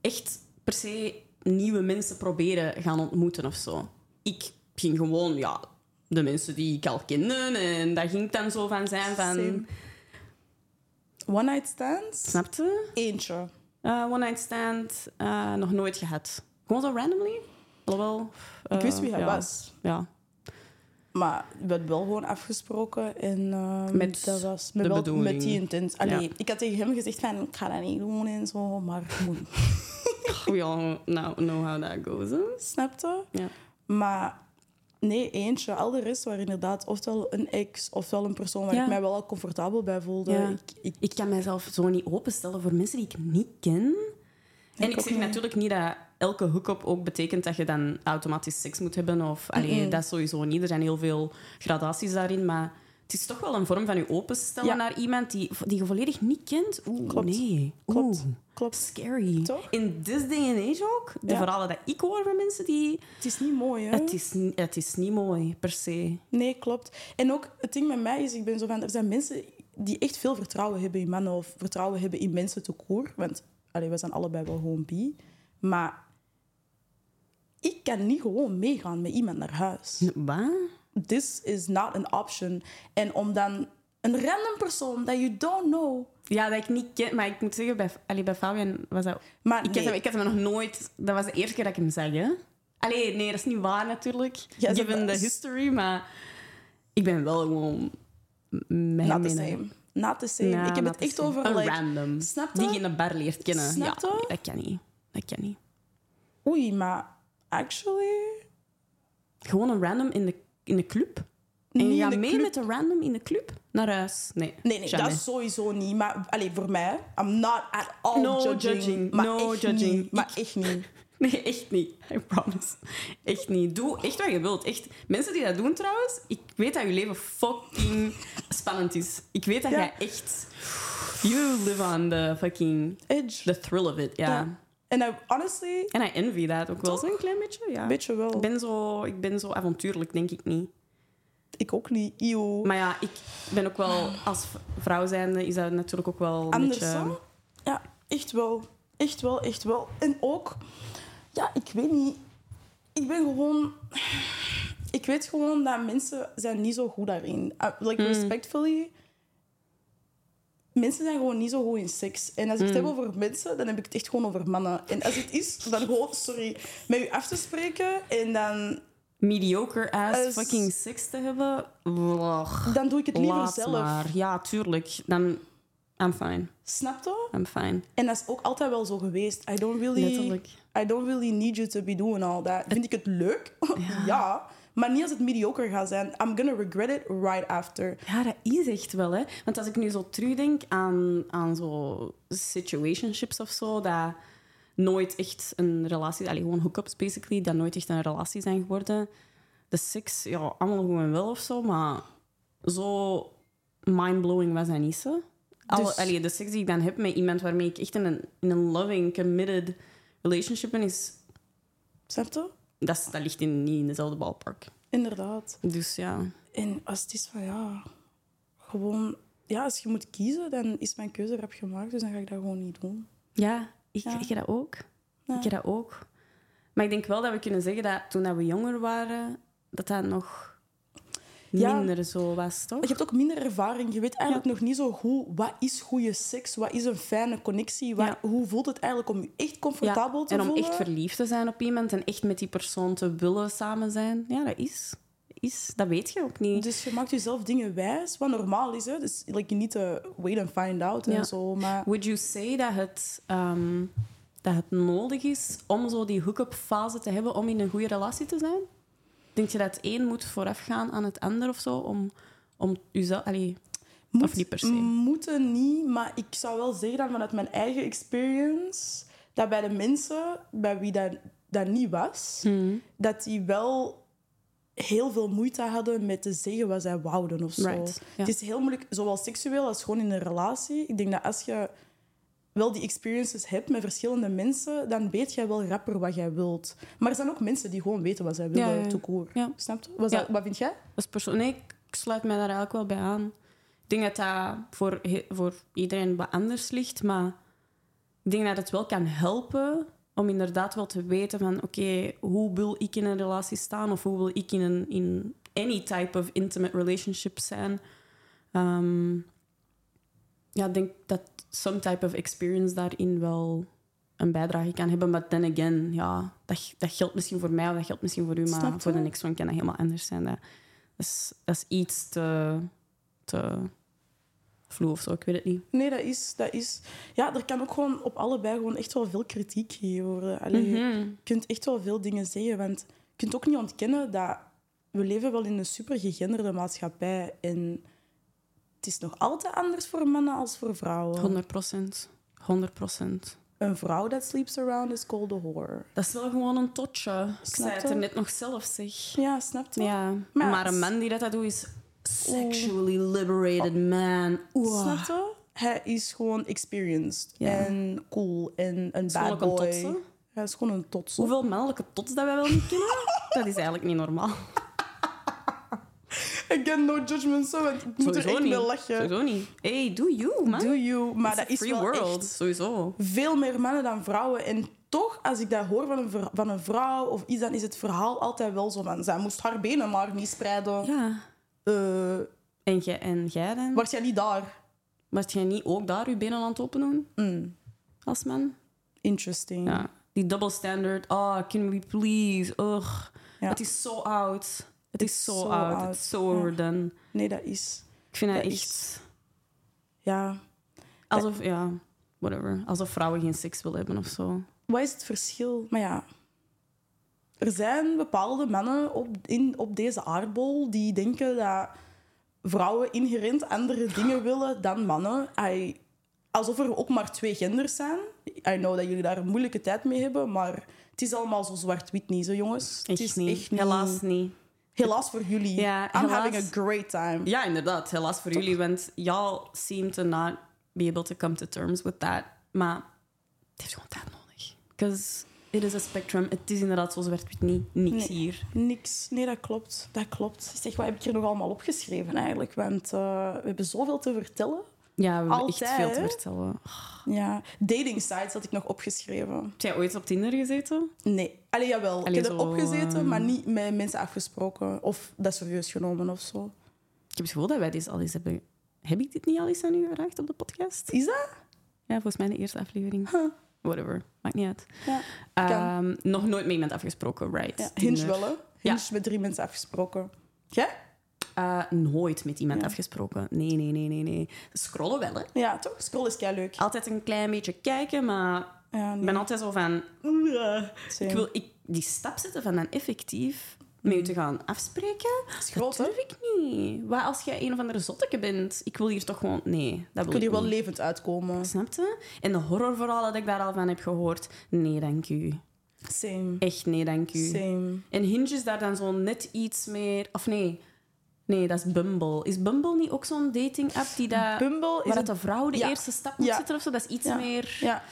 Speaker 2: echt per se nieuwe mensen proberen gaan ontmoeten of zo. Ik ging gewoon, ja, de mensen die ik al kende en daar ging ik dan zo van zijn van...
Speaker 1: Same. One night stands.
Speaker 2: Snapte? Eh,
Speaker 1: Eentje.
Speaker 2: one night stand, eh, nog nooit gehad. Gewoon zo randomly. Alhoewel...
Speaker 1: Ik wist
Speaker 2: eh,
Speaker 1: wie hij
Speaker 2: ja.
Speaker 1: was.
Speaker 2: Ja.
Speaker 1: Maar we hebben wel gewoon afgesproken. En, ehm,
Speaker 2: Met
Speaker 1: dat was,
Speaker 2: de
Speaker 1: met, wel,
Speaker 2: bedoeling.
Speaker 1: met die intent. Allee, Ik had tegen hem gezegd van, ik ga dat niet doen en zo. Maar (laughs) ik moet
Speaker 2: We all now Oh nou, know how that goes. hè?
Speaker 1: snapte.
Speaker 2: Ja.
Speaker 1: Maar nee, eentje. Al de rest waren inderdaad ofwel een ex, ofwel een persoon waar
Speaker 2: Ja.
Speaker 1: ik mij wel al comfortabel bij voelde.
Speaker 2: Ja.
Speaker 1: Ik, ik,
Speaker 2: Eh, Ik kan mijzelf zo niet openstellen voor mensen die ik niet ken. en ik
Speaker 1: ook
Speaker 2: zeg
Speaker 1: niet.
Speaker 2: natuurlijk niet dat elke hookup ook betekent dat je dan automatisch seks moet hebben. Of, allee, Dat sowieso niet. Er zijn heel veel gradaties daarin. Maar het is toch wel een vorm van je openstellen
Speaker 1: Ja.
Speaker 2: naar iemand die, die je volledig niet kent. Oeh,
Speaker 1: Klopt.
Speaker 2: nee.
Speaker 1: klopt,
Speaker 2: Oeh,
Speaker 1: klopt.
Speaker 2: Scary.
Speaker 1: Toch?
Speaker 2: In this day and age ook. De
Speaker 1: Ja.
Speaker 2: verhalen dat ik hoor van mensen die...
Speaker 1: Het is niet mooi, hè?
Speaker 2: Het is, ni- het is niet mooi, per se.
Speaker 1: Nee, klopt. En ook het ding met mij is, ik ben zo van, er zijn mensen die echt veel vertrouwen hebben in mannen of vertrouwen hebben in mensen te koer. Want allee, we zijn allebei wel gewoon bi. Maar ik kan niet gewoon meegaan met iemand naar huis.
Speaker 2: Wat?
Speaker 1: This is not an option. En om dan een random persoon that you don't know.
Speaker 2: Ja, dat ik niet ken. Maar ik moet zeggen, bij, allee, bij Fabian was dat...
Speaker 1: Maar
Speaker 2: Ik,
Speaker 1: Ah, nee,
Speaker 2: had hem, ik had hem nog nooit... Dat was de eerste keer dat ik hem zag, hè. Allee, nee, dat is niet waar natuurlijk.
Speaker 1: Ja, dat
Speaker 2: given the
Speaker 1: is-
Speaker 2: history, maar... Ik ben wel gewoon... m- Mijn
Speaker 1: not the
Speaker 2: mening.
Speaker 1: same. Not the same.
Speaker 2: Ja,
Speaker 1: ik heb het
Speaker 2: not the
Speaker 1: echt
Speaker 2: same.
Speaker 1: over...
Speaker 2: Een
Speaker 1: like,
Speaker 2: random.
Speaker 1: snap
Speaker 2: Die
Speaker 1: je?
Speaker 2: je in de bar leert kennen.
Speaker 1: Snap
Speaker 2: ja,
Speaker 1: je?
Speaker 2: dat kan niet. Dat kan niet.
Speaker 1: Oei, maar actually...
Speaker 2: Gewoon een random in de, in de club. En
Speaker 1: niet
Speaker 2: je
Speaker 1: in
Speaker 2: gaat
Speaker 1: de
Speaker 2: mee
Speaker 1: club.
Speaker 2: met een random in de club naar huis. Nee,
Speaker 1: Nee, nee dat
Speaker 2: jamais.
Speaker 1: is sowieso niet. Maar allee, voor mij, I'm not at all
Speaker 2: No
Speaker 1: judging.
Speaker 2: judging,
Speaker 1: Maar
Speaker 2: no
Speaker 1: echt
Speaker 2: judging.
Speaker 1: Niet, maar echt niet.
Speaker 2: (laughs) Nee, echt niet. I promise. Echt niet. Doe echt wat je wilt. Echt. Mensen die dat doen trouwens, ik weet dat je leven fucking (laughs) spannend is. Ik weet dat
Speaker 1: Ja.
Speaker 2: jij echt... You live on the fucking...
Speaker 1: Edge.
Speaker 2: The thrill of it, ja.
Speaker 1: Ja. En I, honestly,
Speaker 2: En I envy dat ook wel
Speaker 1: Toch?
Speaker 2: zo'n klein beetje. Ja.
Speaker 1: een beetje wel.
Speaker 2: Ik, ben zo, ik ben zo avontuurlijk, denk ik niet.
Speaker 1: Ik ook niet. Io.
Speaker 2: Maar ja, ik ben ook wel... Als v- vrouw zijnde is dat natuurlijk ook wel een
Speaker 1: Andersom?
Speaker 2: beetje... ehm,
Speaker 1: Ja, echt wel. Echt wel, echt wel. En ook, ja, ik weet niet. Ik ben gewoon. Ik weet gewoon dat mensen zijn niet zo goed daarin. Uh, like,
Speaker 2: Hmm.
Speaker 1: respectfully. Mensen zijn gewoon niet zo goed in seks. En als ik
Speaker 2: Hmm.
Speaker 1: het heb over mensen, dan heb ik het echt gewoon over mannen. En als het is, dan gewoon, sorry, met u af te spreken. En dan,
Speaker 2: Mediocre ass
Speaker 1: Als-
Speaker 2: fucking seks te hebben. Ugh.
Speaker 1: dan doe ik het liever
Speaker 2: Laat
Speaker 1: zelf.
Speaker 2: maar. Ja, tuurlijk. Dan... I'm fine.
Speaker 1: Snap je?
Speaker 2: I'm fine.
Speaker 1: En dat is ook altijd wel zo geweest. I don't really,
Speaker 2: Letterlijk.
Speaker 1: I don't really need you to be doing all that. Vind ik het leuk? (laughs) ja. Maar niet als het mediocre gaat zijn. I'm gonna regret it right after.
Speaker 2: Ja, dat is echt wel, hè. Want als ik nu zo terugdenk aan, aan zo situationships of zo, dat nooit echt een relatie... Allee, gewoon hookups, basically, dat nooit echt een relatie zijn geworden. De seks, ja, allemaal goed en wel of zo, maar zo mind-blowing was dat niet zo. Al,
Speaker 1: Dus-
Speaker 2: allee, de seks die ik dan heb met iemand waarmee ik echt in een, in een loving, committed relationship ben, is,
Speaker 1: Snap je?
Speaker 2: dat, is- dat ligt in, niet in dezelfde ballpark.
Speaker 1: Inderdaad.
Speaker 2: Dus ja...
Speaker 1: En als het is van ja, gewoon, ja, als je moet kiezen, dan is mijn keuze erop gemaakt. Dus dan ga ik dat gewoon niet doen.
Speaker 2: Ja, ik,
Speaker 1: Ja.
Speaker 2: ik heb dat ook.
Speaker 1: Ja.
Speaker 2: Ik heb dat ook. Maar ik denk wel dat we kunnen zeggen dat toen dat we jonger waren, dat dat nog
Speaker 1: Ja.
Speaker 2: minder zo was, toch?
Speaker 1: Je hebt ook minder ervaring. Je weet eigenlijk nog niet zo goed wat is goede seks, wat is een fijne connectie, wat-
Speaker 2: Ja.
Speaker 1: hoe voelt het eigenlijk om je echt comfortabel
Speaker 2: Ja,
Speaker 1: te
Speaker 2: en om
Speaker 1: voelen.
Speaker 2: echt verliefd te zijn op iemand en echt met die persoon te willen samen zijn. Ja, dat is. is dat weet je ook niet.
Speaker 1: Dus je maakt jezelf dingen wijs, wat normaal is. Hè? Dus like, niet te wait and find out en
Speaker 2: Ja.
Speaker 1: zo. Maar
Speaker 2: Would you say dat het, ehm, dat het nodig is om zo die hook-up fase te hebben om in een goede relatie te zijn? Denk je dat het een moet voorafgaan aan het ander of zo? Om, om jezelf... Allee,
Speaker 1: moet,
Speaker 2: niet per se?
Speaker 1: moeten niet, maar ik zou wel zeggen dan vanuit mijn eigen experience, dat bij de mensen bij wie dat, dat niet was,
Speaker 2: Hmm.
Speaker 1: dat die wel heel veel moeite hadden met te zeggen wat zij wouden of zo.
Speaker 2: Right, ja.
Speaker 1: Het is heel moeilijk, zowel seksueel als gewoon in een relatie. Ik denk dat als je wel die experiences hebt met verschillende mensen, dan weet jij wel rapper wat jij wilt. Maar er zijn ook mensen die gewoon weten wat zij willen,
Speaker 2: ja.
Speaker 1: tout court.
Speaker 2: Ja.
Speaker 1: Snap je? Was
Speaker 2: Ja.
Speaker 1: dat, wat vind jij?
Speaker 2: Als persoon, nee, ik- ik sluit mij daar eigenlijk wel bij aan. Ik denk dat dat voor, he- voor iedereen wat anders ligt, maar ik denk dat het wel kan helpen om inderdaad wel te weten van oké, hoe wil ik in een relatie staan of hoe wil ik in, een, in any type of intimate relationship zijn. Ehm, ja, ik denk dat some type of experience daarin wel een bijdrage kan hebben. Maar then again, ja, dat, dat geldt misschien voor mij of dat geldt misschien voor u, maar
Speaker 1: Snap je?
Speaker 2: voor de next one kan dat helemaal anders zijn. Dat dat is, dat is iets te, te vloe of zo, ik weet het niet.
Speaker 1: Nee, dat is, dat is... Ja, er kan ook gewoon op allebei gewoon echt wel veel kritiek gegeven worden. Allee,
Speaker 2: Mhm.
Speaker 1: Je kunt echt wel veel dingen zeggen, want je kunt ook niet ontkennen dat we leven wel in een super gegenderde maatschappij en het is nog altijd anders voor mannen als voor vrouwen.
Speaker 2: 100 procent. 100 procent.
Speaker 1: Een vrouw dat sleeps around is called a whore.
Speaker 2: Dat is wel gewoon een totje. Ik
Speaker 1: Snap
Speaker 2: zei het
Speaker 1: je?
Speaker 2: er net nog zelf, zeg.
Speaker 1: Ja, snap je?
Speaker 2: Ja.
Speaker 1: Maar-
Speaker 2: Maar een man die dat, dat doet is sexually liberated man. Oeh.
Speaker 1: Snap je? Hij is gewoon experienced
Speaker 2: Ja.
Speaker 1: en cool en een
Speaker 2: gewoon
Speaker 1: bad
Speaker 2: ook een
Speaker 1: boy.
Speaker 2: totse.
Speaker 1: Hij is gewoon een totse. (laughs)
Speaker 2: Hoeveel mannelijke tots dat wij wel niet kennen, (laughs) dat is eigenlijk niet normaal.
Speaker 1: Again, no judgment, zo, want ik moet er echt mee lachen.
Speaker 2: Sowieso niet. Hey, do you, man.
Speaker 1: Do you, maar dat
Speaker 2: It's a
Speaker 1: is
Speaker 2: free
Speaker 1: wel
Speaker 2: world,
Speaker 1: echt
Speaker 2: sowieso.
Speaker 1: veel meer mannen dan vrouwen. En toch, als ik dat hoor van een, ver- van een vrouw of iets, dan is het verhaal altijd wel zo van... Zij moest haar benen maar niet spreiden.
Speaker 2: Ja.
Speaker 1: Eh,
Speaker 2: En jij, en jij dan?
Speaker 1: was jij niet daar?
Speaker 2: Was jij niet ook daar je benen aan het open doen?
Speaker 1: Mm.
Speaker 2: Als man?
Speaker 1: Interesting.
Speaker 2: Ja. Die double standard. Oh, can we please? Ugh.
Speaker 1: Ja.
Speaker 2: Het is zo oud. Het is zo
Speaker 1: zo
Speaker 2: oud.
Speaker 1: oud,
Speaker 2: Het is zo overdone.
Speaker 1: Nee, dat is...
Speaker 2: Ik vind dat
Speaker 1: Dat
Speaker 2: echt...
Speaker 1: Ja.
Speaker 2: Alsof, ja, whatever. Alsof vrouwen geen seks willen hebben of zo.
Speaker 1: Wat is het verschil? Maar ja... Er zijn bepaalde mannen op, in, op deze aardbol die denken dat vrouwen inherent andere dingen willen dan mannen. I, alsof er ook maar twee genders zijn. I know dat jullie daar een moeilijke tijd mee hebben, maar het is allemaal zo zwart-wit niet, zo jongens.
Speaker 2: Echt
Speaker 1: het is
Speaker 2: niet.
Speaker 1: echt niet.
Speaker 2: Helaas niet.
Speaker 1: Helaas voor jullie.
Speaker 2: Ja,
Speaker 1: I'm
Speaker 2: helaas.
Speaker 1: having a great time.
Speaker 2: Ja, inderdaad. Helaas voor jullie, want y'all seem to not be able to come to terms with that. Maar het heeft gewoon tijd nodig. Because it is a spectrum. Het is inderdaad zo zwart-wit niet. Niks
Speaker 1: Nee.
Speaker 2: hier.
Speaker 1: Niks. Nee, dat klopt. Dat klopt. Zeg, wat heb ik hier nog allemaal opgeschreven eigenlijk? Want eh, we hebben zoveel te vertellen.
Speaker 2: Ja, we hebben echt
Speaker 1: Altijd,
Speaker 2: veel te
Speaker 1: hè?
Speaker 2: vertellen.
Speaker 1: Ja. Dating sites had ik nog opgeschreven.
Speaker 2: Heb jij ooit op Tinder gezeten?
Speaker 1: Nee. Allee, jawel.
Speaker 2: Allee,
Speaker 1: ik heb
Speaker 2: zo,
Speaker 1: erop gezeten,
Speaker 2: ehm,
Speaker 1: maar niet met mensen afgesproken. Of dat serieus genomen of zo. (laughs)
Speaker 2: Ik heb het gevoel dat wij dit al eens hebben... Heb ik dit niet al eens aan u gevraagd op de podcast?
Speaker 1: Is dat?
Speaker 2: Ja, volgens mij in de eerste aflevering.
Speaker 1: Huh.
Speaker 2: Whatever. Maakt niet uit.
Speaker 1: Ja.
Speaker 2: Ehm, nog nooit met iemand afgesproken, right?
Speaker 1: ja. Hinge
Speaker 2: Tinder.
Speaker 1: wel, hè?
Speaker 2: Ja.
Speaker 1: Hinge met drie mensen afgesproken. Ja?
Speaker 2: Eh, nooit met iemand
Speaker 1: Ja.
Speaker 2: afgesproken. Nee, nee, nee, nee, nee. Scrollen wel, hè.
Speaker 1: Ja, toch? Scroll is kei leuk.
Speaker 2: Altijd een klein beetje kijken, maar
Speaker 1: Ja,
Speaker 2: ik
Speaker 1: nee.
Speaker 2: ben altijd zo van... eh."
Speaker 1: Same.
Speaker 2: Ik wil ik, die stap zetten van dan effectief met u te gaan afspreken.
Speaker 1: Het Mm. is groot, hè?
Speaker 2: Durf ik niet. Wat als jij een of andere zotteke bent? Ik wil hier toch gewoon... Nee, dat
Speaker 1: Ik
Speaker 2: wil
Speaker 1: wil
Speaker 2: ik
Speaker 1: hier wel
Speaker 2: niet.
Speaker 1: levend uitkomen.
Speaker 2: Snap je? En de horrorverhalen dat ik daar al van heb gehoord. Nee, dank u.
Speaker 1: Same.
Speaker 2: Echt nee, dank u.
Speaker 1: Same.
Speaker 2: En Hinge is daar dan zo net iets meer... Of nee... Nee, dat is Bumble. Is Bumble niet ook zo'n dating-app die dat...
Speaker 1: Bumble is
Speaker 2: Waar dat
Speaker 1: het...
Speaker 2: de vrouw de
Speaker 1: Ja.
Speaker 2: eerste stap moet
Speaker 1: Ja.
Speaker 2: zetten of zo, dat is iets
Speaker 1: Ja.
Speaker 2: meer
Speaker 1: Ja.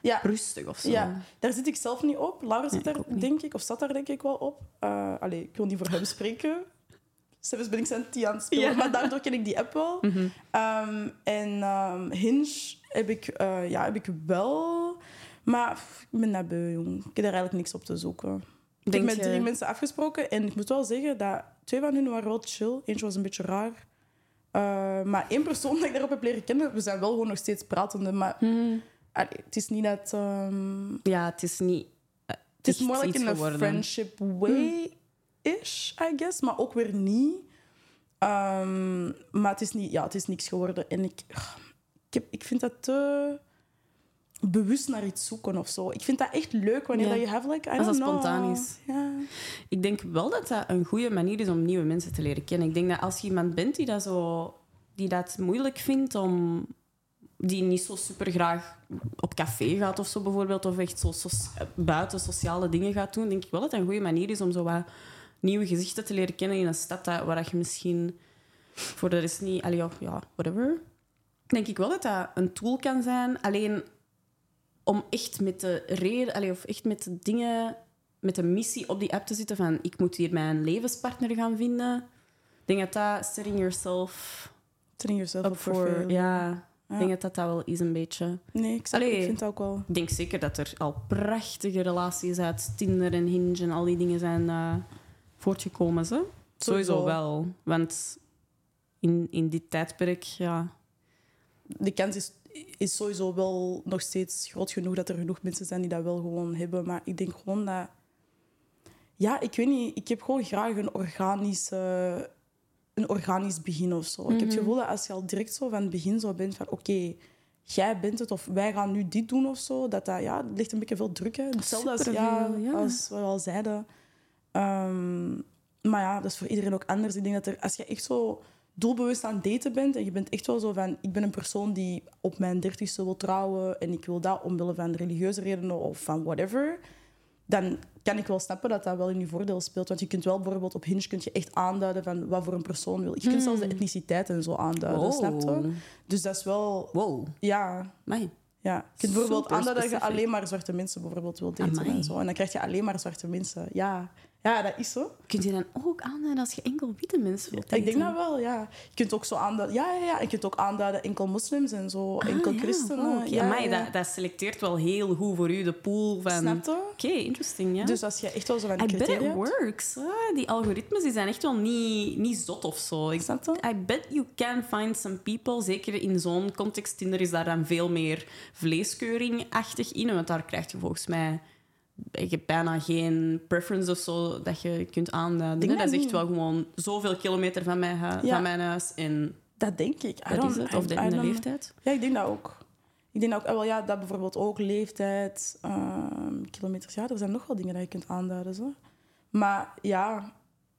Speaker 1: Ja.
Speaker 2: rustig of zo.
Speaker 1: Ja, daar zit ik zelf niet op. Laura zit
Speaker 2: Nee, ik ook
Speaker 1: daar,
Speaker 2: niet.
Speaker 1: denk ik, of zat daar denk ik wel op. Eh allee, ik wil niet voor hem spreken. Zelfs ben ik zijn tea aan het spelen,
Speaker 2: Ja. Mhm.
Speaker 1: maar daardoor ken ik die app wel. Ehm, en ehm, Hinge heb ik, eh, ja, heb ik wel, maar pff, ik ben daar beu, jong. Ik heb daar eigenlijk niks op te zoeken. Ik heb
Speaker 2: Denk
Speaker 1: met
Speaker 2: je-
Speaker 1: drie mensen afgesproken en ik moet wel zeggen dat twee van hun waren wel chill. Eentje was een beetje raar. Eh, maar één persoon dat ik daarop heb leren kennen, we zijn wel gewoon nog steeds pratende, maar
Speaker 2: Mhm.
Speaker 1: allee, het is niet dat... ehm,
Speaker 2: Ja, het is niet. eh,
Speaker 1: het is
Speaker 2: echt
Speaker 1: more like
Speaker 2: iets
Speaker 1: in a
Speaker 2: geworden. Hmm.
Speaker 1: friendship way-ish, I guess. Maar ook weer niet. Ehm, maar het is, niet, ja, het is niks geworden. En ik, ik, heb, ik vind dat te bewust naar iets zoeken of zo. Ik vind dat echt leuk wanneer
Speaker 2: Ja.
Speaker 1: dat je have like, I
Speaker 2: Als
Speaker 1: don't
Speaker 2: dat
Speaker 1: know.
Speaker 2: spontaan is.
Speaker 1: Ja.
Speaker 2: Ik denk wel dat dat een goede manier is om nieuwe mensen te leren kennen. Ik denk dat als je iemand bent die dat, zo, die dat moeilijk vindt om. die niet zo super graag op café gaat of zo bijvoorbeeld. of echt zo soci- buiten sociale dingen gaat doen. denk ik wel dat dat een goede manier is om zo wat nieuwe gezichten te leren kennen in een stad dat, waar dat je misschien voor de rest niet. Allee, of ja, whatever. Denk ik wel dat dat een tool kan zijn. Alleen om echt met de reden, allee, of echt met de dingen, met de missie op die app te zitten van ik moet hier mijn levenspartner gaan vinden. Ik denk dat dat setting yourself
Speaker 1: Turn yourself
Speaker 2: up for. Ja, ik
Speaker 1: Ja.
Speaker 2: denk dat dat dat wel is een beetje.
Speaker 1: Nee, ik, snap-
Speaker 2: Allee.
Speaker 1: ik vind het ook wel.
Speaker 2: Ik denk zeker dat er al prachtige relaties uit Tinder en Hinge en al die dingen zijn eh, voortgekomen. Ze. Sowieso wel. Want in, in dit tijdperk, ja.
Speaker 1: De kans is, is sowieso wel nog steeds groot genoeg dat er genoeg mensen zijn die dat wel gewoon hebben. Maar ik denk gewoon dat. Ja, ik weet niet. Ik heb gewoon graag een organisch, eh, een organisch begin of zo. Ik heb
Speaker 2: Mhm.
Speaker 1: het gevoel dat als je al direct zo van het begin zo bent van oké. jij bent het, of wij gaan nu dit doen of zo. Dat, dat ja, het ligt een beetje veel druk. Hè. Hetzelfde als, ja,
Speaker 2: Superveel, ja.
Speaker 1: als we al zeiden. Ehm, maar ja, dat is voor iedereen ook anders. Ik denk dat er, als je echt zo doelbewust aan het daten bent en je bent echt wel zo van... Ik ben een persoon die op mijn dertigste wil trouwen en ik wil dat omwille van religieuze redenen of van whatever. Dan kan ik wel snappen dat dat wel in je voordeel speelt. Want je kunt wel bijvoorbeeld op Hinge kun je echt aanduiden van wat voor een persoon wil. Je kunt zelfs
Speaker 2: Hmm.
Speaker 1: de etniciteit en zo aanduiden,
Speaker 2: Wow.
Speaker 1: snap je? Dus dat is wel...
Speaker 2: Oh. Wow.
Speaker 1: Ja,
Speaker 2: Amai.
Speaker 1: ja. Je kunt bijvoorbeeld
Speaker 2: Super
Speaker 1: aan dat je
Speaker 2: specifiek.
Speaker 1: alleen maar zwarte mensen bijvoorbeeld wil daten
Speaker 2: Amai.
Speaker 1: en zo. En dan krijg je alleen maar zwarte mensen. Ja, ja dat is zo.
Speaker 2: Kun je dan ook aanduiden als je enkel witte mensen wilt
Speaker 1: Ik denk
Speaker 2: daten?
Speaker 1: dat wel, ja. Je kunt ook zo aanduiden... Ja, ja, ja. Je kunt ook aanduiden enkel moslims en zo. enkel
Speaker 2: Ah, ja,
Speaker 1: christenen.
Speaker 2: wow, oké.
Speaker 1: ja,
Speaker 2: Amai,
Speaker 1: ja.
Speaker 2: Dat, dat selecteert wel heel goed voor u de pool van...
Speaker 1: Snap je?
Speaker 2: Oké, interesting, ja.
Speaker 1: Dus als je echt wel zo van die
Speaker 2: I bet
Speaker 1: criteria
Speaker 2: it
Speaker 1: hebt,
Speaker 2: works. hè. Die algoritmes die zijn echt wel niet, niet zot of zo. Ik,
Speaker 1: Snap je?
Speaker 2: I bet you can find some people. Zeker in zo'n context. Tinder is daar dan veel meer vleeskeuring-achtig in. Want daar krijg je volgens mij... Je hebt bijna geen preference of zo dat je kunt aanduiden.
Speaker 1: Denk
Speaker 2: hè.
Speaker 1: dat
Speaker 2: Dat is
Speaker 1: niet.
Speaker 2: echt wel gewoon zoveel kilometer van mijn, hu-
Speaker 1: Ja.
Speaker 2: van mijn huis. En
Speaker 1: Dat denk ik. I
Speaker 2: dat
Speaker 1: don't-
Speaker 2: is het.
Speaker 1: I-
Speaker 2: Of de,
Speaker 1: I
Speaker 2: in de
Speaker 1: don't-
Speaker 2: leeftijd.
Speaker 1: Ja, ik denk dat ook. Ik denk dat ook... ah, Wel, ja, dat bijvoorbeeld ook. Leeftijd, ehm, kilometers. Ja, er zijn nog wel dingen dat je kunt aanduiden. Zo. Maar ja...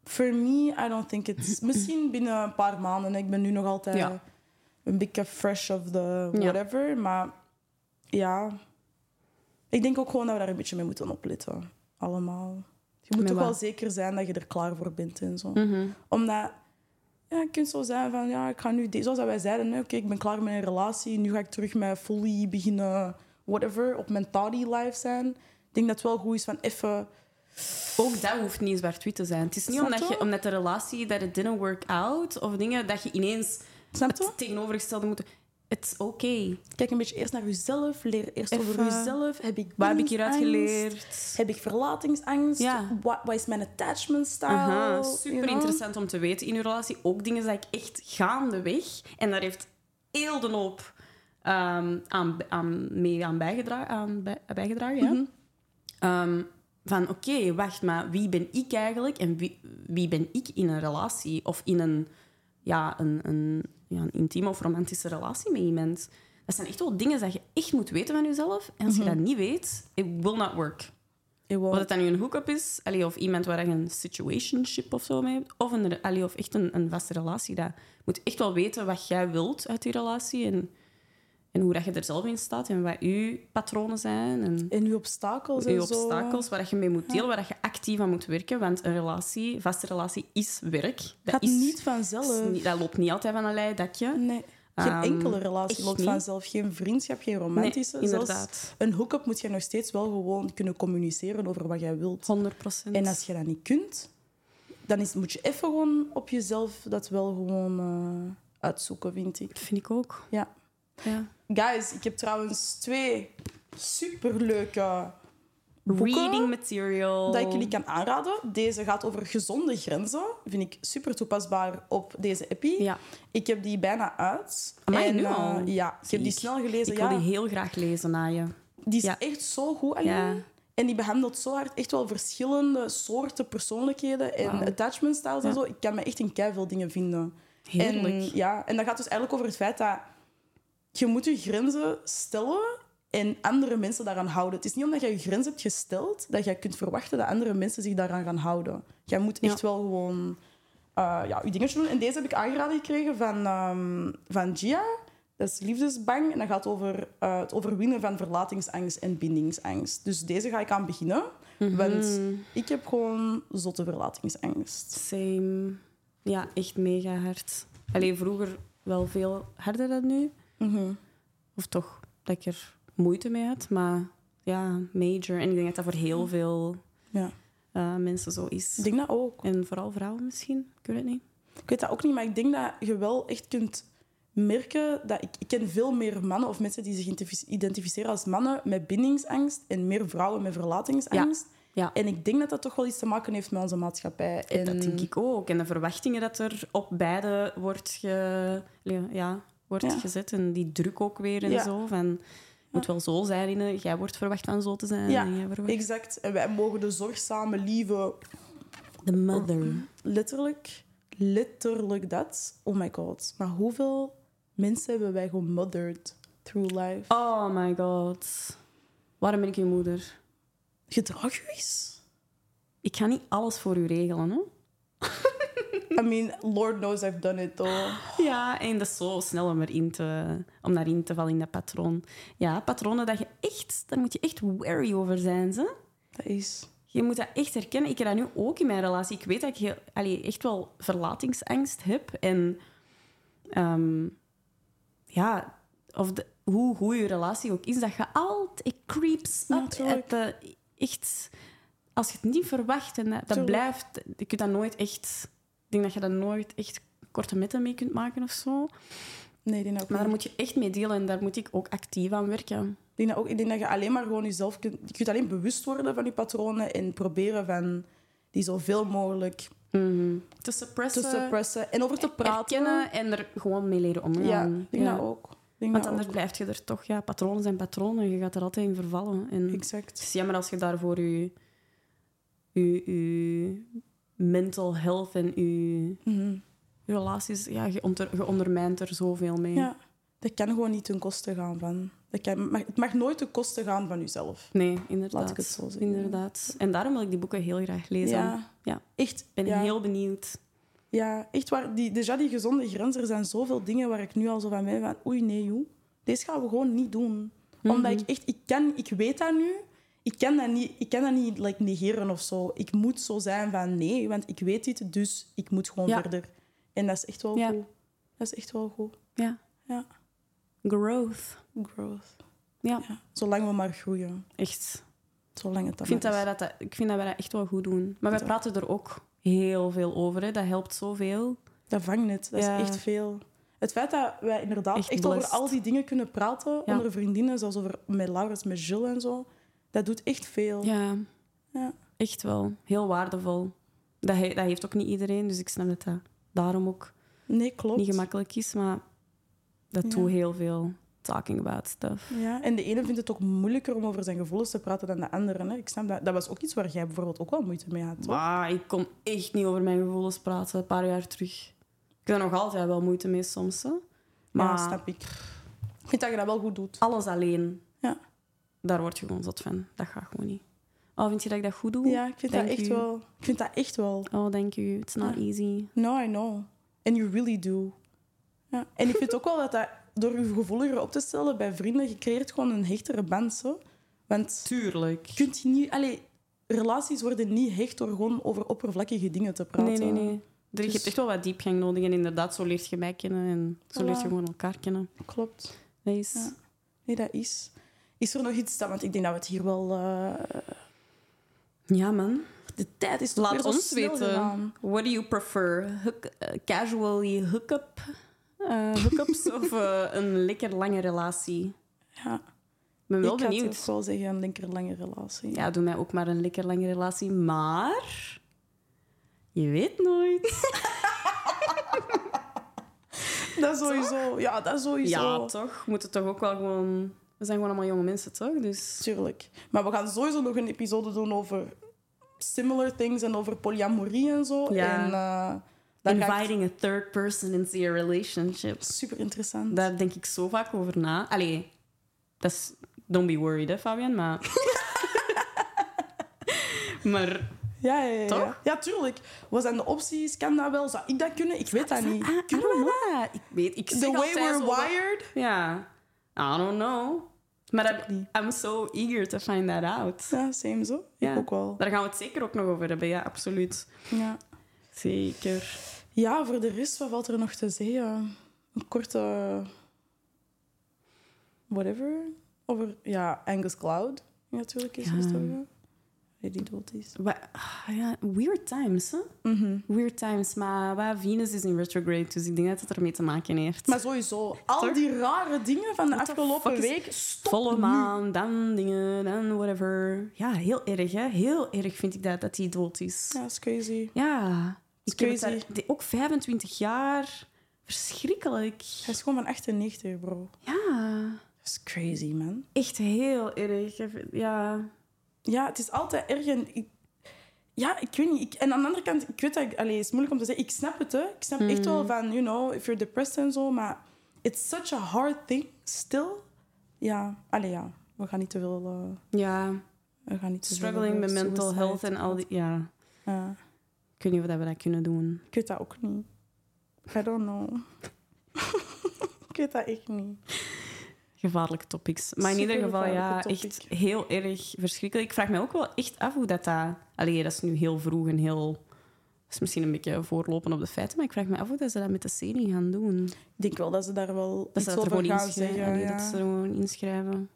Speaker 1: For me, I don't think
Speaker 2: (clears throat)
Speaker 1: it's... Misschien binnen een paar maanden. hè. Ik ben nu nog altijd
Speaker 2: Ja.
Speaker 1: een beetje fresh of the
Speaker 2: Ja.
Speaker 1: whatever. Maar ja... Ik denk ook gewoon dat we daar een beetje mee moeten opletten. Allemaal. Je moet
Speaker 2: Met
Speaker 1: toch
Speaker 2: wat?
Speaker 1: wel zeker zijn dat je er klaar voor bent en zo.
Speaker 2: Mhm.
Speaker 1: Omdat, ja, je kunt zo zijn van, ja, ik ga nu, dit- zoals dat wij zeiden, hè, oké, ik ben klaar met een relatie, nu ga ik terug met fully beginnen whatever, op mijn toddy live zijn. Ik denk dat het wel goed is van even...
Speaker 2: Ook dat hoeft niet zwart-wit te zijn. Het is niet
Speaker 1: Snap
Speaker 2: omdat, je,
Speaker 1: je?
Speaker 2: omdat de relatie, dat het didn't work out, of dingen, dat je ineens
Speaker 1: Snap je?
Speaker 2: het tegenovergestelde moet doen. Het is oké.
Speaker 1: Kijk een beetje eerst naar jezelf. Leer eerst
Speaker 2: Even-
Speaker 1: over jezelf. Heb ik
Speaker 2: Waar heb ik hieruit
Speaker 1: bindingsangst?
Speaker 2: geleerd?
Speaker 1: Heb ik verlatingsangst?
Speaker 2: Ja.
Speaker 1: Wat, wat is mijn attachment style?
Speaker 2: Aha,
Speaker 1: You
Speaker 2: super
Speaker 1: know?
Speaker 2: interessant om te weten in uw relatie. Ook dingen dat ik echt gaandeweg, en daar heeft heel de hoop ehm, aan, aan, mee aan, bijgedra- aan bij- bijgedragen. ja.
Speaker 1: Mhm.
Speaker 2: Ehm, van oké, wacht, maar wie ben ik eigenlijk en wie, wie ben ik in een relatie of in een, ja, een, een, ja, een intieme of romantische relatie met iemand? Dat zijn echt wel dingen dat je echt moet weten van jezelf. En als je dat niet weet, it will not work.
Speaker 1: Ik wou-
Speaker 2: Of het dan nu een hook-up is, allee, of iemand waar je een situationship of zo mee hebt, of, een, re- allee, of echt een, een vaste relatie. Dat je moet echt wel weten wat jij wilt uit die relatie en, en hoe dat je er zelf in staat en wat je patronen zijn. En
Speaker 1: En uw obstakels en
Speaker 2: je
Speaker 1: zo. eh,
Speaker 2: obstakels, waar dat je mee moet delen, waar dat je actief aan moet werken. Want een relatie, vaste relatie, is werk. Dat,
Speaker 1: Gaat
Speaker 2: is,
Speaker 1: niet
Speaker 2: is
Speaker 1: vanzelf.
Speaker 2: niet- dat loopt niet altijd van een lei dakje.
Speaker 1: Nee. Geen
Speaker 2: Ehm,
Speaker 1: enkele relatie
Speaker 2: echt
Speaker 1: loopt
Speaker 2: niet.
Speaker 1: vanzelf. Geen vriendschap, geen romantische.
Speaker 2: Nee,
Speaker 1: zelfs
Speaker 2: inderdaad.
Speaker 1: een hook-up moet je nog steeds wel gewoon kunnen communiceren over wat jij wilt.
Speaker 2: 100 procent.
Speaker 1: En als je dat niet kunt, dan is, moet je even gewoon op jezelf dat wel gewoon eh, uitzoeken, vind ik.
Speaker 2: vind ik ook.
Speaker 1: Ja.
Speaker 2: Ja.
Speaker 1: Guys, ik heb trouwens twee superleuke boeken
Speaker 2: Reading material.
Speaker 1: dat ik jullie kan aanraden. Deze gaat over gezonde grenzen. Vind ik super toepasbaar op deze appie.
Speaker 2: Ja.
Speaker 1: Ik heb die bijna uit.
Speaker 2: Amai, nu
Speaker 1: eh,
Speaker 2: al?
Speaker 1: ja, ik heb die
Speaker 2: Ziek.
Speaker 1: snel gelezen.
Speaker 2: Ik
Speaker 1: ja.
Speaker 2: wil die heel graag lezen na je.
Speaker 1: Die is
Speaker 2: Ja.
Speaker 1: echt zo goed, Aline.
Speaker 2: Ja.
Speaker 1: En die behandelt zo hard echt wel verschillende soorten persoonlijkheden en
Speaker 2: Wauw.
Speaker 1: attachment styles
Speaker 2: Ja.
Speaker 1: en zo. Ik kan me echt in keiveel dingen vinden.
Speaker 2: Heerlijk.
Speaker 1: En, ja, en dat gaat dus eigenlijk over het feit dat je moet je grenzen stellen en andere mensen daaraan houden. Het is niet omdat je je grens hebt gesteld dat je kunt verwachten dat andere mensen zich daaraan gaan houden. Jij moet echt
Speaker 2: Ja.
Speaker 1: wel gewoon eh, ja, je dingetje doen. En deze heb ik aangeraden gekregen van, ehm, van Gia. Dat is Liefdesbang. En dat gaat over eh, het overwinnen van verlatingsangst en bindingsangst. Dus deze ga ik aan beginnen.
Speaker 2: Mhm.
Speaker 1: Want ik heb gewoon zotte verlatingsangst.
Speaker 2: Same. Ja, echt mega hard. Alleen vroeger wel veel harder dan nu.
Speaker 1: Mhm.
Speaker 2: Of toch dat ik er moeite mee had. Maar ja, major. En ik denk dat dat voor heel veel
Speaker 1: Ja.
Speaker 2: eh, mensen zo is.
Speaker 1: Ik denk dat ook.
Speaker 2: En vooral vrouwen misschien. Ik weet het niet.
Speaker 1: Ik weet dat ook niet, maar ik denk dat je wel echt kunt merken dat ik, ik ken veel meer mannen of mensen die zich identif- identificeren als mannen met bindingsangst en meer vrouwen met verlatingsangst.
Speaker 2: Ja.
Speaker 1: En ik denk dat dat toch wel iets te maken heeft met onze maatschappij. En
Speaker 2: Dat denk ik ook. En de verwachtingen dat er op beide wordt, ge... ja, wordt
Speaker 1: Ja.
Speaker 2: gezet. En die druk ook weer en
Speaker 1: Ja.
Speaker 2: zo. Van, het moet wel zo zijn. Ine. Jij wordt verwacht van zo te zijn.
Speaker 1: Ja,
Speaker 2: en jij verwacht...
Speaker 1: Exact. En wij mogen de zorgzame, lieve,
Speaker 2: The mother.
Speaker 1: letterlijk, letterlijk dat. Oh my god. Maar hoeveel mensen hebben wij gemothered through life?
Speaker 2: Oh my god. Waarom ben ik je moeder?
Speaker 1: Gedrag je eens?
Speaker 2: Ik ga niet alles voor u regelen, hè?
Speaker 1: I mean, Lord knows I've done it though.
Speaker 2: Ja, en dat is zo snel om, erin te, om daarin te vallen in dat patroon. Ja, patronen dat je echt... Daar moet je echt wary over zijn, ze.
Speaker 1: Dat is.
Speaker 2: Je moet dat echt herkennen. Ik heb dat nu ook in mijn relatie. Ik weet dat ik heel, allee, echt wel verlatingsangst heb. En ehm, ja, of de- hoe goed je relatie ook is, dat je altijd creeps
Speaker 1: Ja,
Speaker 2: up.
Speaker 1: tuurlijk.
Speaker 2: at the- echt, als je het niet verwacht en dat, dat
Speaker 1: Tuurlijk.
Speaker 2: blijft, je kunt dat nooit echt. Ik denk dat je dat nooit echt korte metten mee kunt maken of zo.
Speaker 1: Nee, die nou- ook
Speaker 2: Maar
Speaker 1: niet.
Speaker 2: daar moet je echt mee delen en daar moet ik ook actief aan werken.
Speaker 1: Ik denk, dat nou ook, ik denk dat je alleen maar gewoon jezelf kunt... Je kunt alleen bewust worden van je patronen en proberen van die zoveel mogelijk
Speaker 2: Te suppressen,
Speaker 1: Mhm. te suppressen en over te praten.
Speaker 2: herkennen en er gewoon mee leren omgaan.
Speaker 1: Ja, ik denk dat ook. Ik Denk
Speaker 2: Want
Speaker 1: dat
Speaker 2: anders
Speaker 1: ook.
Speaker 2: blijf je er toch, ja, patronen zijn patronen. Je gaat er altijd in vervallen. En het
Speaker 1: Exact.
Speaker 2: is jammer als je daarvoor je, je, je mental health en je
Speaker 1: Mhm.
Speaker 2: relaties, ja, je, onder, je ondermijnt er zoveel mee.
Speaker 1: Ja. Dat kan gewoon niet ten koste gaan van... Dat kan, maar het mag nooit ten koste gaan van jezelf.
Speaker 2: Nee, inderdaad.
Speaker 1: Laat ik het zo zeggen.
Speaker 2: Inderdaad. En daarom wil ik die boeken heel graag lezen.
Speaker 1: Ja.
Speaker 2: Ja.
Speaker 1: Echt,
Speaker 2: Ik ben
Speaker 1: ja.
Speaker 2: heel benieuwd.
Speaker 1: Ja, echt waar. Die, déjà die gezonde grenzen, er zijn zoveel dingen waar ik nu al zo van ben van... Oei, nee, joh. Deze gaan we gewoon niet doen.
Speaker 2: Mhm.
Speaker 1: Omdat ik echt... Ik, kan, ik weet dat nu. Ik kan dat niet, ik kan dat niet like, negeren of zo. Ik moet zo zijn van nee, want ik weet dit, dus ik moet gewoon
Speaker 2: Ja.
Speaker 1: verder. En dat is echt wel
Speaker 2: Ja.
Speaker 1: goed. Dat is echt wel goed.
Speaker 2: Ja.
Speaker 1: Ja.
Speaker 2: Growth.
Speaker 1: Growth.
Speaker 2: Ja,
Speaker 1: Zolang we maar groeien.
Speaker 2: echt.
Speaker 1: Zolang het dan
Speaker 2: Ik vind,
Speaker 1: maar
Speaker 2: dat wij
Speaker 1: is.
Speaker 2: dat, ik vind dat wij dat echt wel goed doen. Maar wij
Speaker 1: Ja.
Speaker 2: praten er ook heel veel over. Hè. Dat helpt zoveel.
Speaker 1: Dat vangt het. Dat
Speaker 2: Ja.
Speaker 1: is echt veel. Het feit dat wij inderdaad
Speaker 2: Echt
Speaker 1: echt, over
Speaker 2: blessed.
Speaker 1: al die dingen kunnen praten,
Speaker 2: Ja.
Speaker 1: onder vriendinnen, zoals over met Laurens, met Jill en zo, dat doet echt veel.
Speaker 2: Ja.
Speaker 1: Ja.
Speaker 2: Echt wel. Heel waardevol. Dat, he- dat heeft ook niet iedereen, dus ik snap dat dat daarom ook
Speaker 1: Nee, klopt.
Speaker 2: niet gemakkelijk is. Maar dat
Speaker 1: Ja.
Speaker 2: doet heel veel talking about stuff.
Speaker 1: Ja, en de ene vindt het ook moeilijker om over zijn gevoelens te praten dan de andere. Hè? Ik snap dat. Dat was ook iets waar jij bijvoorbeeld ook wel moeite mee had. toch?
Speaker 2: Maar ik kon echt niet over mijn gevoelens praten, een paar jaar terug. Ik heb er nog altijd wel moeite mee soms. hè. Maar
Speaker 1: Ja, snap ik. Ik vind dat je dat wel goed doet.
Speaker 2: alles alleen,
Speaker 1: Ja.
Speaker 2: daar word je gewoon zot van. Dat gaat gewoon niet. Oh, vind je dat ik dat goed doe?
Speaker 1: Ja, ik vind dat
Speaker 2: Thank
Speaker 1: echt
Speaker 2: you.
Speaker 1: wel. Ik vind dat echt wel.
Speaker 2: Oh, thank you. It's not
Speaker 1: Ja.
Speaker 2: easy.
Speaker 1: No, I know. And you really do. Ja. En ik vind ook wel dat dat door je gevoeliger op te stellen bij vrienden, je creëert gewoon een hechtere band. Zo. Want
Speaker 2: Tuurlijk.
Speaker 1: je kunt niet... Allee, relaties worden niet hecht door gewoon over oppervlakkige dingen te praten.
Speaker 2: Nee, nee, nee. Er, Je
Speaker 1: Dus-
Speaker 2: hebt echt wel wat diepgang nodig. En inderdaad, zo leert je mij kennen. En zo
Speaker 1: Voilà.
Speaker 2: leert je gewoon elkaar kennen.
Speaker 1: Klopt.
Speaker 2: Dat is...
Speaker 1: Ja. Nee, dat is... Is er nog iets dat... Want ik denk dat we het hier wel... eh,
Speaker 2: Ja, man.
Speaker 1: de tijd is toch
Speaker 2: Laat
Speaker 1: weer zo
Speaker 2: ons
Speaker 1: snel
Speaker 2: weten.
Speaker 1: gegaan.
Speaker 2: What do you prefer? Hook, eh, casually hookup? eh hookups of eh, een lekker lange relatie?
Speaker 1: Ja.
Speaker 2: Ik ben wel
Speaker 1: ik had
Speaker 2: benieuwd.
Speaker 1: ook wel zeggen een linkerlange relatie.
Speaker 2: Ja, doe mij ook maar een lekker lange relatie. Maar... Je weet nooit.
Speaker 1: Dat sowieso. Ja, dat sowieso.
Speaker 2: (laughs) Ja, toch? We moeten toch ook wel gewoon... We zijn gewoon allemaal jonge mensen, toch? Dus...
Speaker 1: Tuurlijk. Maar we gaan sowieso nog een episode doen over similar things en over polyamorie en zo.
Speaker 2: Ja.
Speaker 1: En eh, dat ga ik
Speaker 2: Inviting a third person into your relationship.
Speaker 1: super interessant.
Speaker 2: Daar denk ik zo vaak over na. Allee, dat is... Don't be worried, hè, Fabian, maar... (laughs) maar...
Speaker 1: Ja, ja, ja, ja.
Speaker 2: Toch?
Speaker 1: Ja, tuurlijk. Wat zijn de opties? Kan dat wel? Zou ik dat kunnen? Ik weet dat niet.
Speaker 2: Ah, I
Speaker 1: Kunnen
Speaker 2: don't
Speaker 1: we dat?
Speaker 2: know. Ik weet, ik zeg
Speaker 1: The way
Speaker 2: altijd
Speaker 1: we're
Speaker 2: zo dat-
Speaker 1: wired?
Speaker 2: Ja. I don't know. Maar dat,
Speaker 1: niet.
Speaker 2: I'm so eager to find that out.
Speaker 1: Ja, same zo.
Speaker 2: Ja.
Speaker 1: Ik ook wel.
Speaker 2: Daar gaan we het zeker ook nog over hebben, ja, absoluut.
Speaker 1: Ja.
Speaker 2: Zeker.
Speaker 1: ja, voor de rest, wat valt er nog te zeggen? Een korte... Whatever. Over... Ja, Angus Cloud. die Natuurlijk is
Speaker 2: Ja.
Speaker 1: gestorven. Nee, die dood is.
Speaker 2: Wa- ah, ja, weird times, hè?
Speaker 1: Mhm.
Speaker 2: Weird times, maar waar Venus is in retrograde, dus ik denk dat het ermee te maken heeft.
Speaker 1: Maar sowieso, al
Speaker 2: Toch?
Speaker 1: die rare dingen van de
Speaker 2: What the
Speaker 1: afgelopen
Speaker 2: fuck is-
Speaker 1: week, stop
Speaker 2: Volle
Speaker 1: nu.
Speaker 2: maan, dan dingen, dan whatever. Ja, heel erg, hè? Heel erg vind ik dat, dat hij dood is.
Speaker 1: Ja, dat is crazy.
Speaker 2: Ja.
Speaker 1: is
Speaker 2: Ik heb het
Speaker 1: crazy.
Speaker 2: daar- die- ook 25 jaar. Verschrikkelijk.
Speaker 1: Hij is gewoon van 98, bro.
Speaker 2: Ja.
Speaker 1: Dat is crazy, man.
Speaker 2: Echt heel erg. Ja.
Speaker 1: Ja, het is altijd erg. En ik... Ja, ik weet niet. Ik... En aan de andere kant, ik weet dat... Ik... Allee, het is moeilijk om te zeggen. Ik snap het, hè. Ik snap echt wel
Speaker 2: Hmm.
Speaker 1: van, you know, if you're depressed en zo. Maar it's such a hard thing, still. Ja, allee, ja. We gaan niet te veel... eh,
Speaker 2: Ja.
Speaker 1: we gaan niet te veel
Speaker 2: Struggling
Speaker 1: over
Speaker 2: met mental
Speaker 1: suicide
Speaker 2: health en al die... Ja.
Speaker 1: Ja.
Speaker 2: Ik weet niet of dat we dat kunnen doen.
Speaker 1: Ik weet dat ook niet. I don't know. (laughs) ik weet dat echt niet.
Speaker 2: Gevaarlijke topics. Maar in ieder geval, ja,
Speaker 1: Supergevaarlijke
Speaker 2: echt
Speaker 1: topic.
Speaker 2: heel erg verschrikkelijk. Ik vraag me ook wel echt af hoe dat dat... Allee, dat is nu heel vroeg en heel... Dat is misschien een beetje voorlopen op de feiten, maar ik vraag me af hoe dat ze dat met de serie gaan doen.
Speaker 1: Ik denk wel dat ze daar wel
Speaker 2: Dat
Speaker 1: iets
Speaker 2: ze dat er
Speaker 1: over
Speaker 2: gewoon
Speaker 1: gaan
Speaker 2: inschrijven.
Speaker 1: zeggen.
Speaker 2: Allee,
Speaker 1: ja.
Speaker 2: Dat ze er gewoon inschrijven.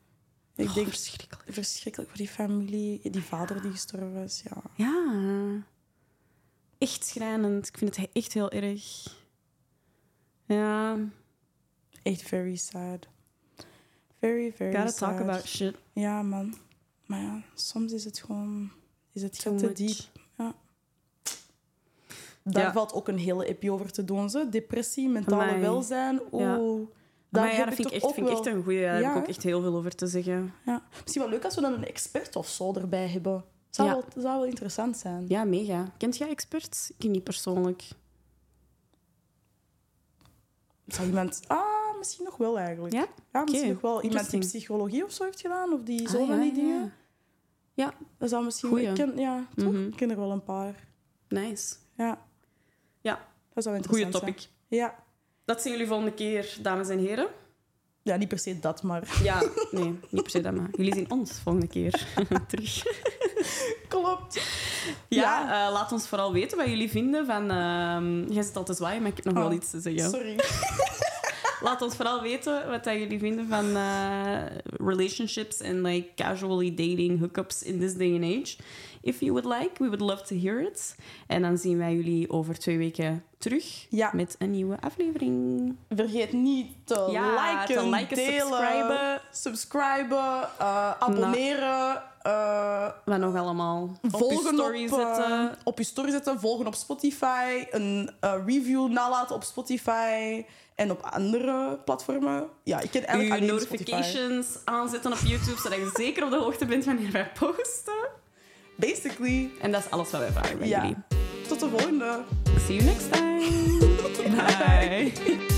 Speaker 1: Ik
Speaker 2: Oh,
Speaker 1: denk
Speaker 2: verschrikkelijk.
Speaker 1: verschrikkelijk voor die familie, die vader die gestorven was. Ja.
Speaker 2: Ja. Echt schrijnend. Ik vind het echt heel erg. Ja.
Speaker 1: Echt very sad. Very, very
Speaker 2: Gotta
Speaker 1: sad.
Speaker 2: talk about shit.
Speaker 1: Ja, man. Maar ja, soms is het gewoon... Is het
Speaker 2: Too
Speaker 1: veel te
Speaker 2: much.
Speaker 1: diep. Daar
Speaker 2: Ja.
Speaker 1: valt ook een hele epi over te doen. Ze. Depressie, mentale
Speaker 2: Amai.
Speaker 1: welzijn. Oeh.
Speaker 2: Ja.
Speaker 1: Daar
Speaker 2: maar ja,
Speaker 1: heb
Speaker 2: dat
Speaker 1: ik
Speaker 2: vind ik
Speaker 1: toch
Speaker 2: echt,
Speaker 1: ook
Speaker 2: vind ik
Speaker 1: wel-
Speaker 2: echt een goeie. Daar heb
Speaker 1: Ja,
Speaker 2: ik ook
Speaker 1: hè?
Speaker 2: echt heel veel over te zeggen.
Speaker 1: Ja. Misschien wel leuk als we dan een expert of zo erbij hebben. Zou,
Speaker 2: Ja.
Speaker 1: wel, zou wel interessant zijn.
Speaker 2: Ja, mega. Kent jij experts? Ik niet persoonlijk.
Speaker 1: Zou iemand... Ah, misschien nog wel eigenlijk.
Speaker 2: Ja?
Speaker 1: misschien
Speaker 2: Oké,
Speaker 1: nog wel. Iemand die
Speaker 2: interesting.
Speaker 1: psychologie of zo heeft gedaan. Of die zo
Speaker 2: Ah,
Speaker 1: van
Speaker 2: ja,
Speaker 1: die
Speaker 2: ja.
Speaker 1: dingen. Dat zou misschien...
Speaker 2: Goeie.
Speaker 1: Ik ken, ja, toch?
Speaker 2: Mhm.
Speaker 1: Ik ken er wel een paar.
Speaker 2: Nice.
Speaker 1: Ja.
Speaker 2: Ja.
Speaker 1: Dat zou
Speaker 2: Goeie
Speaker 1: interessant
Speaker 2: topic.
Speaker 1: zijn. Ja.
Speaker 2: Dat zien jullie volgende keer, dames en heren.
Speaker 1: Ja, niet per se dat, maar... (laughs)
Speaker 2: Ja, nee, niet per se dat, maar jullie zien ons volgende keer (laughs) terug.
Speaker 1: Klopt.
Speaker 2: Ja,
Speaker 1: Ja.
Speaker 2: eh, laat ons vooral weten wat jullie vinden van... ehm, jij zit al te zwaaien, maar ik heb nog
Speaker 1: Oh,
Speaker 2: wel iets te zeggen.
Speaker 1: Sorry.
Speaker 2: Laat ons vooral weten wat dat jullie vinden van eh, relationships en like casually dating hookups in this day and age. If you would like, we would love to hear it. En dan zien wij jullie over twee weken terug
Speaker 1: Ja.
Speaker 2: met een nieuwe aflevering.
Speaker 1: Vergeet niet te
Speaker 2: Ja,
Speaker 1: liken,
Speaker 2: te liken,
Speaker 1: delen,
Speaker 2: subscriben.
Speaker 1: subscriben, eh, abonneren, eh,
Speaker 2: Wat nog allemaal? op je
Speaker 1: volgen
Speaker 2: story
Speaker 1: op, eh,
Speaker 2: zetten.
Speaker 1: op je story zetten, volgen op Spotify, een eh, review nalaten op Spotify en op andere platformen. Ja, ik ken eigenlijk
Speaker 2: Uw
Speaker 1: alleen Spotify.
Speaker 2: notifications aanzetten op YouTube, zodat je zeker op de hoogte bent wanneer wij posten.
Speaker 1: Basically,
Speaker 2: En dat is alles wat wij vragen bij
Speaker 1: ja.
Speaker 2: jullie.
Speaker 1: Tot de volgende.
Speaker 2: See you next time. Bye.